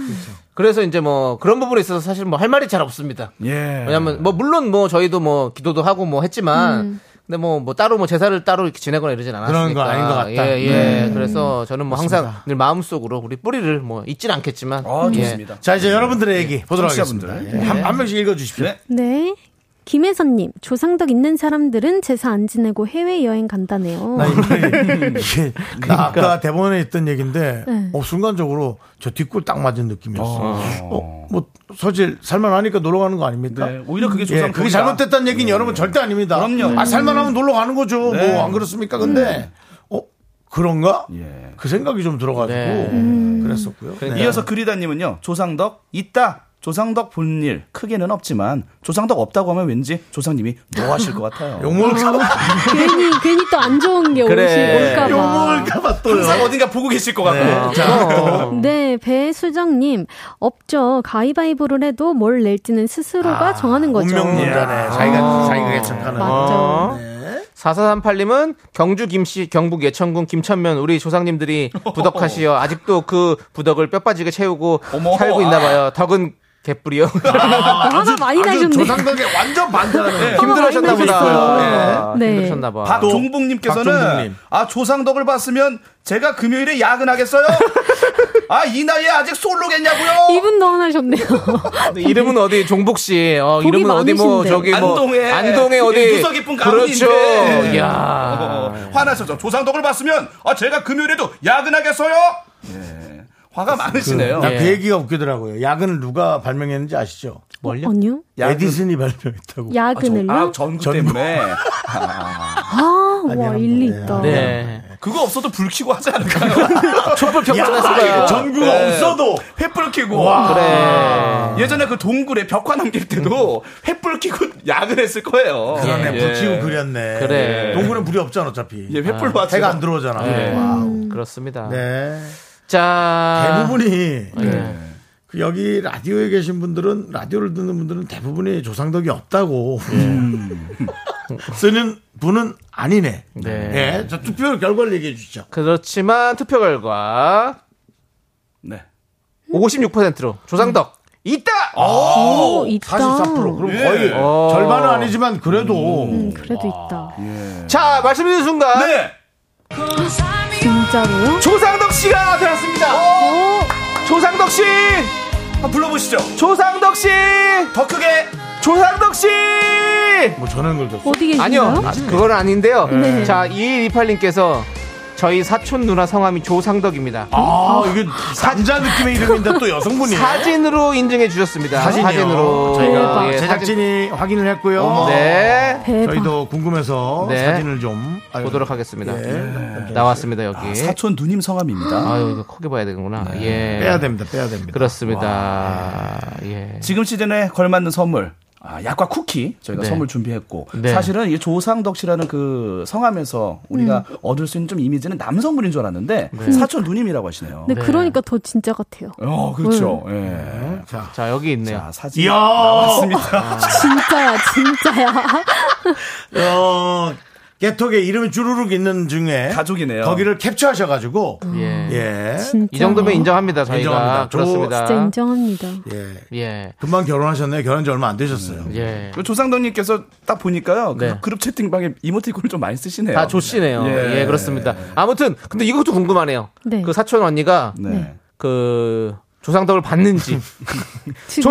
그래서 이제 뭐 그런 부분에 있어서 사실 뭐 할 말이 잘 없습니다. 예. 왜냐면 뭐 물론 뭐 저희도 뭐 기도도 하고 뭐 했지만 근데 뭐 뭐 따로 뭐 제사를 따로 이렇게 지내거나 이러진 않았으니까 그런 거 아닌 것 같다. 예, 예. 네. 그래서 저는 뭐 항상 늘 마음속으로 우리 뿌리를 뭐 잊진 않겠지만 아, 예. 좋습니다. 자, 이제 여러분들의 얘기 보도록 네. 청취자분들. 하겠습니다. 예. 한, 한 명씩 읽어주십시오. 네. 네. 김혜선님, 조상덕 있는 사람들은 제사 안 지내고 해외여행 간다네요. 나, [LAUGHS] 이게, 네. 이게 나 그러니까. 아까 대본에 있던 얘기인데 네. 어, 순간적으로 저 뒷골 딱 맞은 느낌이었어. 어, 뭐 사실 살만하니까 놀러 가는 거 아닙니까? 네, 오히려 그게 예, 조상 그게 잘못됐다는 얘기는 여러분 절대 아닙니다. 그럼요. 아, 살만하면 놀러 가는 거죠. 뭐 안 그렇습니까? 근데 어 그런가? 예. 그러니까 그 생각이 좀 들어가지고 네. 음. 그랬었고요. 네. 이어서 그리다님은요. 조상덕 있다. 조상덕 본 일 크게는 없지만 조상덕 없다고 하면 왠지 조상님이 뭐 노하실 것 네. 같아요. 욕먹을까봐 괜히, 괜히 또 안 좋은 게 그래. 오시, 올까봐. 욕먹을까봐 또요. 항상 어딘가 보고 계실 것 같고. 예. 네. 자, 또. 네, 배수정님, 없죠. 가위바위보를 해도 뭘 낼지는 스스로가 정하는 거죠. 아, 운명론자네. 어. 자기가 자기가 예측하는. 아, 맞죠. 4438님은 경주 김씨, 경북 예천군 김천면 우리 조상님들이 부덕하시어 아직도 그 부덕을 뼈 빠지게 채우고 어머. 살고 있나 봐요. 덕은 개뿔이요. 화가 아, 많이 아주 나셨네. 조상덕에 완전 반대하는. 네. 힘들으셨나 보다. 힘드셨어요. 네. 힘드셨나 봐. 박종북님께서는 아. 박종북님. 아 조상덕을 봤으면 제가 금요일에 [LAUGHS] 야근하겠어요. 아 이 나이에 아직 솔로겠냐고요. 이분 너무 나셨네요. 근데 이름은 어디 종북 씨. 어, 복이 이름은 어디 뭐 많으신데. 저기 뭐 안동에. 안동에 어디 누석 이쁜 그렇죠. 가문인데. 야. 어, [LAUGHS] 화나셨죠. 조상덕을 봤으면 아 제가 금요일에도 야근하겠어요. 예. 화가 많으시네요. 나 그 예. 얘기가 웃기더라고요. 야근을 누가 발명했는지 아시죠? 뭘요? 어, 아니요. 에디슨이 발명했다고. 아, 저- 야근을요? 아 전구 때문에. 아, 와, 일리 있다. 네. [LAUGHS] 그거 없어도 불 켜고 하지 [LAUGHS] 않을까요? 예. 촛불 켜고 하실 거야. 전구가 없어도 횃불 켜고. 아. 그래. 예전에 그 동굴에 벽화 남길 때도 횃불 켜고 야근 했을 거예요. 음. 그러네. 예. 붙이고 그렸네. 그래. 동굴은 불이 없잖아, 어차피. 예, 횃불로 하죠. 해가 안 들어오잖아. 네. 와우. 그렇습니다. 네. 자. 대부분이 네. 그 여기 라디오에 계신 분들은 라디오를 듣는 분들은 대부분이 조상덕이 없다고 [LAUGHS] 쓰는 분은 아니네. 네. 예, 저 투표 결과를 얘기해 주시죠. 그렇지만 투표 결과 네. 56%로 조상덕 있다. 오, 있다. 44% 그럼 예. 거의 어. 절반은 아니지만 그래도 음, 그래도 있다. 자 말씀드린 순간 네. 네. 진짜로요? 조상덕 씨가 되었습니다. 조상덕 씨, 한번 불러보시죠. 조상덕 씨, 더 크게. 조상덕 씨. 뭐 저는 걸 줬어. 어디 계신가요? 아니요, 아, 그건 아닌데요. 네. 자 2128님께서 저희 사촌 누나 성함이 조상덕입니다. 아 이게 산자 느낌의 이름인데 또 여성분이에요. 사진으로 인증해 주셨습니다. 사진이요. 사진으로 저희가 예, 사진- 제작진이 어. 확인을 했고요. 네 대박. 저희도 궁금해서 네. 사진을 좀 아유, 보도록 하겠습니다. 음, 예. 나왔습니다 여기. 아, 사촌 누님 성함입니다. 유 이거 크게 봐야 되는구나. 예. 네. 빼야 됩니다. 빼야 됩니다. 그렇습니다. 예. 지금 시즌에 걸맞는 선물. 아, 약과 쿠키 저희가 네. 선물 준비했고 네. 사실은 이 조상덕 씨라는 그 성함에서 우리가 얻을 수 있는 좀 이미지는 남성분인 줄 알았는데 사촌 누님이라고 하시네요. 근데 그러니까 더 진짜 같아요. 어 그렇죠. 예. 자 여기 있네요. 자 사진 네. 이야. 나왔습니다. 아. 진짜야, 진짜야. 어, 개톡에 이름이 주르륵 있는 중에 음. 가족이네요. 거기를 캡처하셔가지고 예. 예. 진짜. 이 정도면 인정합니다 저희가. 인정합니다. 저- 그렇습니다. 진짜 인정합니다. 예. 예. 금방 결혼하셨네요. 결혼 지 얼마 안 되셨어요. 예. 그 조상덕님께서 딱 보니까요 그 네. 그룹 채팅방에 이모티콘을 좀 많이 쓰시네요. 다 조씨네요. 예. 그렇습니다. 아무튼 근데 이것도 궁금하네요. 네. 그 사촌 언니가 네. 그 조상덕을 받는지 지금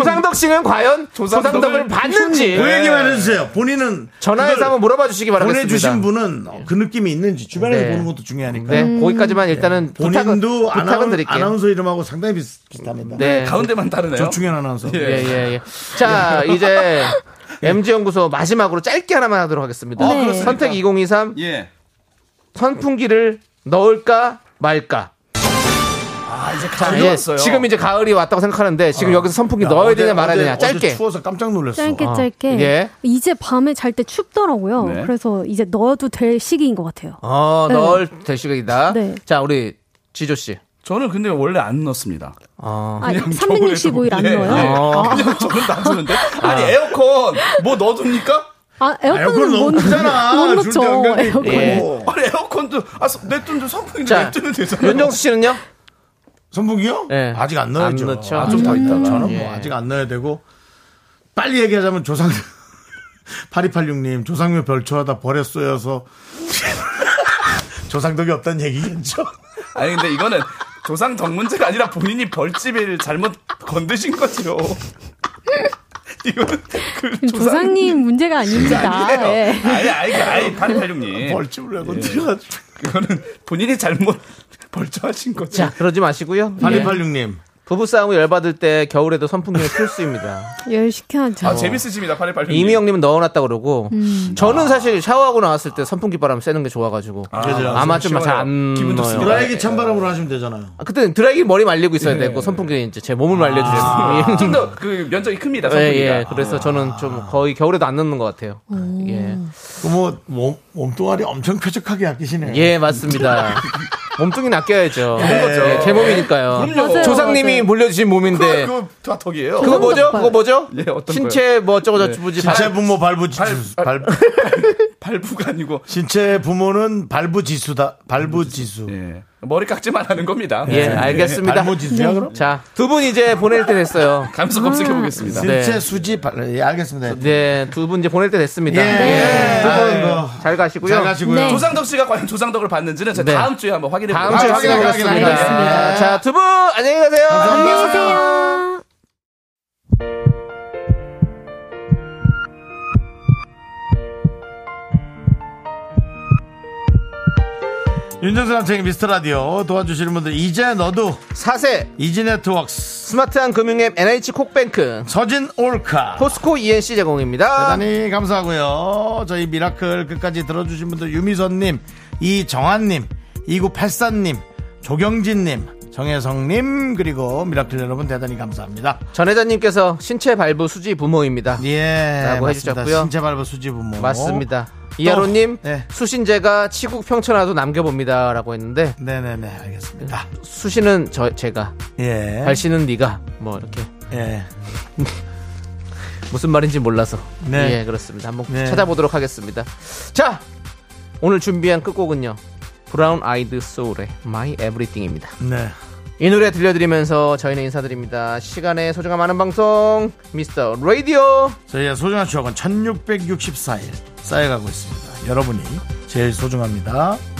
[LAUGHS] 조상덕 씨는 과연 조상덕을 조상덕을 받는지 그 얘기만 해주세요. 본인은 전화해서 그걸 한번 물어봐 주시기 바라겠습니다. 예. 보내주신 분은 어, 그 느낌이 있는지 주변에서 네. 보는 것도 중요하니까. 네, 음. 거기까지만 일단은 부탁은, 네. 본인도 부탁은 아나운, 드릴게요. 아나운서 이름하고 상당히 비슷- 비슷합니다. [LAUGHS] 네. 가운데만 다르네요. 조충현 아나운서. 예, 예, 예. 자, 이제 MG연구소 마지막으로 짧게 하나만 하도록 하겠습니다. 네. 그렇습니까? 선택 2023 예. 선풍기를 넣을까 말까. 아 이제 자, 가을이 예. 왔어요. 지금 이제 가을이 왔다고 생각하는데 지금 여기서 선풍기 야, 넣어야 어제- 되냐 말아야 어제- 되냐 어제 짧게. 추워서 깜짝 놀랐어. 짧게 어. 짧게. 예. 이제 밤에 잘 때 춥더라고요. 네. 그래서 이제 넣어도 될 시기인 것 같아요. 어, 네. 넣을 될 시기이다. 네. 자, 우리 지조 씨. 저는 근데 원래 안 넣습니다. 어. 아, 365일 안 예, 넣어요? 예. 어. 그냥 저는 놔두는데 아니 에어컨 뭐 넣어둡니까? 아, 에어컨 에어컨은 너무 못, 크잖아. 못 줄때 넣죠. 연결돼 에어컨. 예. 아니 에어컨도 아 냅둔데 선풍기 자, 냅두면 되잖아요. 윤정수 씨는요? 선풍기요? 예. 아직 안 넣어야죠. 안 넣죠. 아, 좀더 음. 있다가. 저는 예. 뭐 아직 안 넣어야 되고 빨리 얘기하자면 조상 [LAUGHS] 8286님 조상묘 별초하다 벌에 쏘여서 [LAUGHS] 조상덕이 없다는 [LAUGHS] 얘기겠죠. 아니 근데 이거는 조상덕 문제가 아니라 본인이 벌집을 잘못 건드신 거죠. [LAUGHS] 이거는 그 조상 음, 조상님 문제가 아닙니다. 예. 아니 그, 아니 아니 예. 파리팔육님 벌집을 하고 들여가지고 이거는 본인이 잘못 벌초하신 거죠. 자, 그러지 마시고요. 예. 8286님 부부 싸움을 열받을 때 겨울에도 [LAUGHS] 선풍기를 틀 수입니다. 열 시켜야죠. 아 재밌으십니다 파리팔육님. 어. 이미영님은 넣어놨다 그러고 음. 저는 사실 샤워하고 나왔을 때 선풍기 바람 쐬는 게 아. 좋아가지고 아, 예. 마 좀 잘 안 네, 기분 넣어요. 좋습니다. 드라이기 찬바람으로 하시면 되잖아요. 아, 그때 드라이기 머리 말리고 있어야 되고 선풍기 이제 제 몸을 말려주셨어요. 좀더 그 면적이 큽니다 예, 선풍기가. 예. 그래서 저는 좀 거의 겨울에도 안 넣는 것 같아요. 예, 그뭐 몸뚱아리 엄청 쾌적하게 아끼시네요. 예 맞습니다. 몸뚱이는 아껴야죠. 예, 제 몸이니까요. 맞아요, 조상님이 맞아요. 물려주신 몸인데 그거, 그거 다 덕이에요. 뭐죠? 네. 그거 뭐죠? 예, 어떤 신체 뭐 어쩌고 저쩌고지. 신체 부모 발부 지수 발- 발부가 아니고 [LAUGHS] 신체 부모는 발부 지수다. 발부 지수. 예. 머리 깎지만 하는 겁니다. 네. 예 알겠습니다. 네. 발모 지수야 그럼? 자 두 분 이제 보낼 때 됐어요. 감수 검색해 보겠습니다. 네. 신체 수지 발. 예, 알겠습니다. 네, 두 분 이제 보낼 때 됐습니다. 예. 네. 두분 아이고. 잘 가시고요. 잘 가시고요. 네. 조상덕 씨가 과연 조상덕을 봤는지는 제가 네. 다음 주에 한번 확인해 다음 주에 아, 보겠습니다. 네. 확인해 확인하겠습니다. 아, 확인해 알겠습니다. 자, 두 분 안녕히 가세요. 안녕히 계세요. 윤정수 남창의 미스터 라디오 도와주시는 분들 이제 너도 사세 이지네트웍스 스마트한 금융앱 NH 콕뱅크 서진 올카 포스코 ENC 제공입니다. 대단히 감사하고요 저희 미라클 끝까지 들어주신 분들 유미선님 이정한님 2984님, 조경진님, 정혜성님, 그리고 미라클 여러분 대단히 감사합니다. 전혜자님께서 신체 발부 수지 부모입니다. 예. 라고 맞습니다. 해주셨고요. 신체 발부 수지 부모. 맞습니다. 이하로님 어? 네. 수신제가 치국 평천화도 남겨봅니다라고 했는데 네네네, 알겠습니다. 수신은 저 제가 예. 네. 발신은 네가 뭐 이렇게 예. 무슨 말인지 몰라서 네. 예 그렇습니다. 한번 네. 찾아보도록 하겠습니다. 자 오늘 준비한 끝곡은요 브라운 아이드 소울의 My Everything입니다. 네. 이 노래 들려드리면서 저희는 인사드립니다. 시간의 소중함 많은 방송 미스터 라디오. 저희의 소중한 추억은 1664일 쌓여가고 있습니다. 여러분이 제일 소중합니다.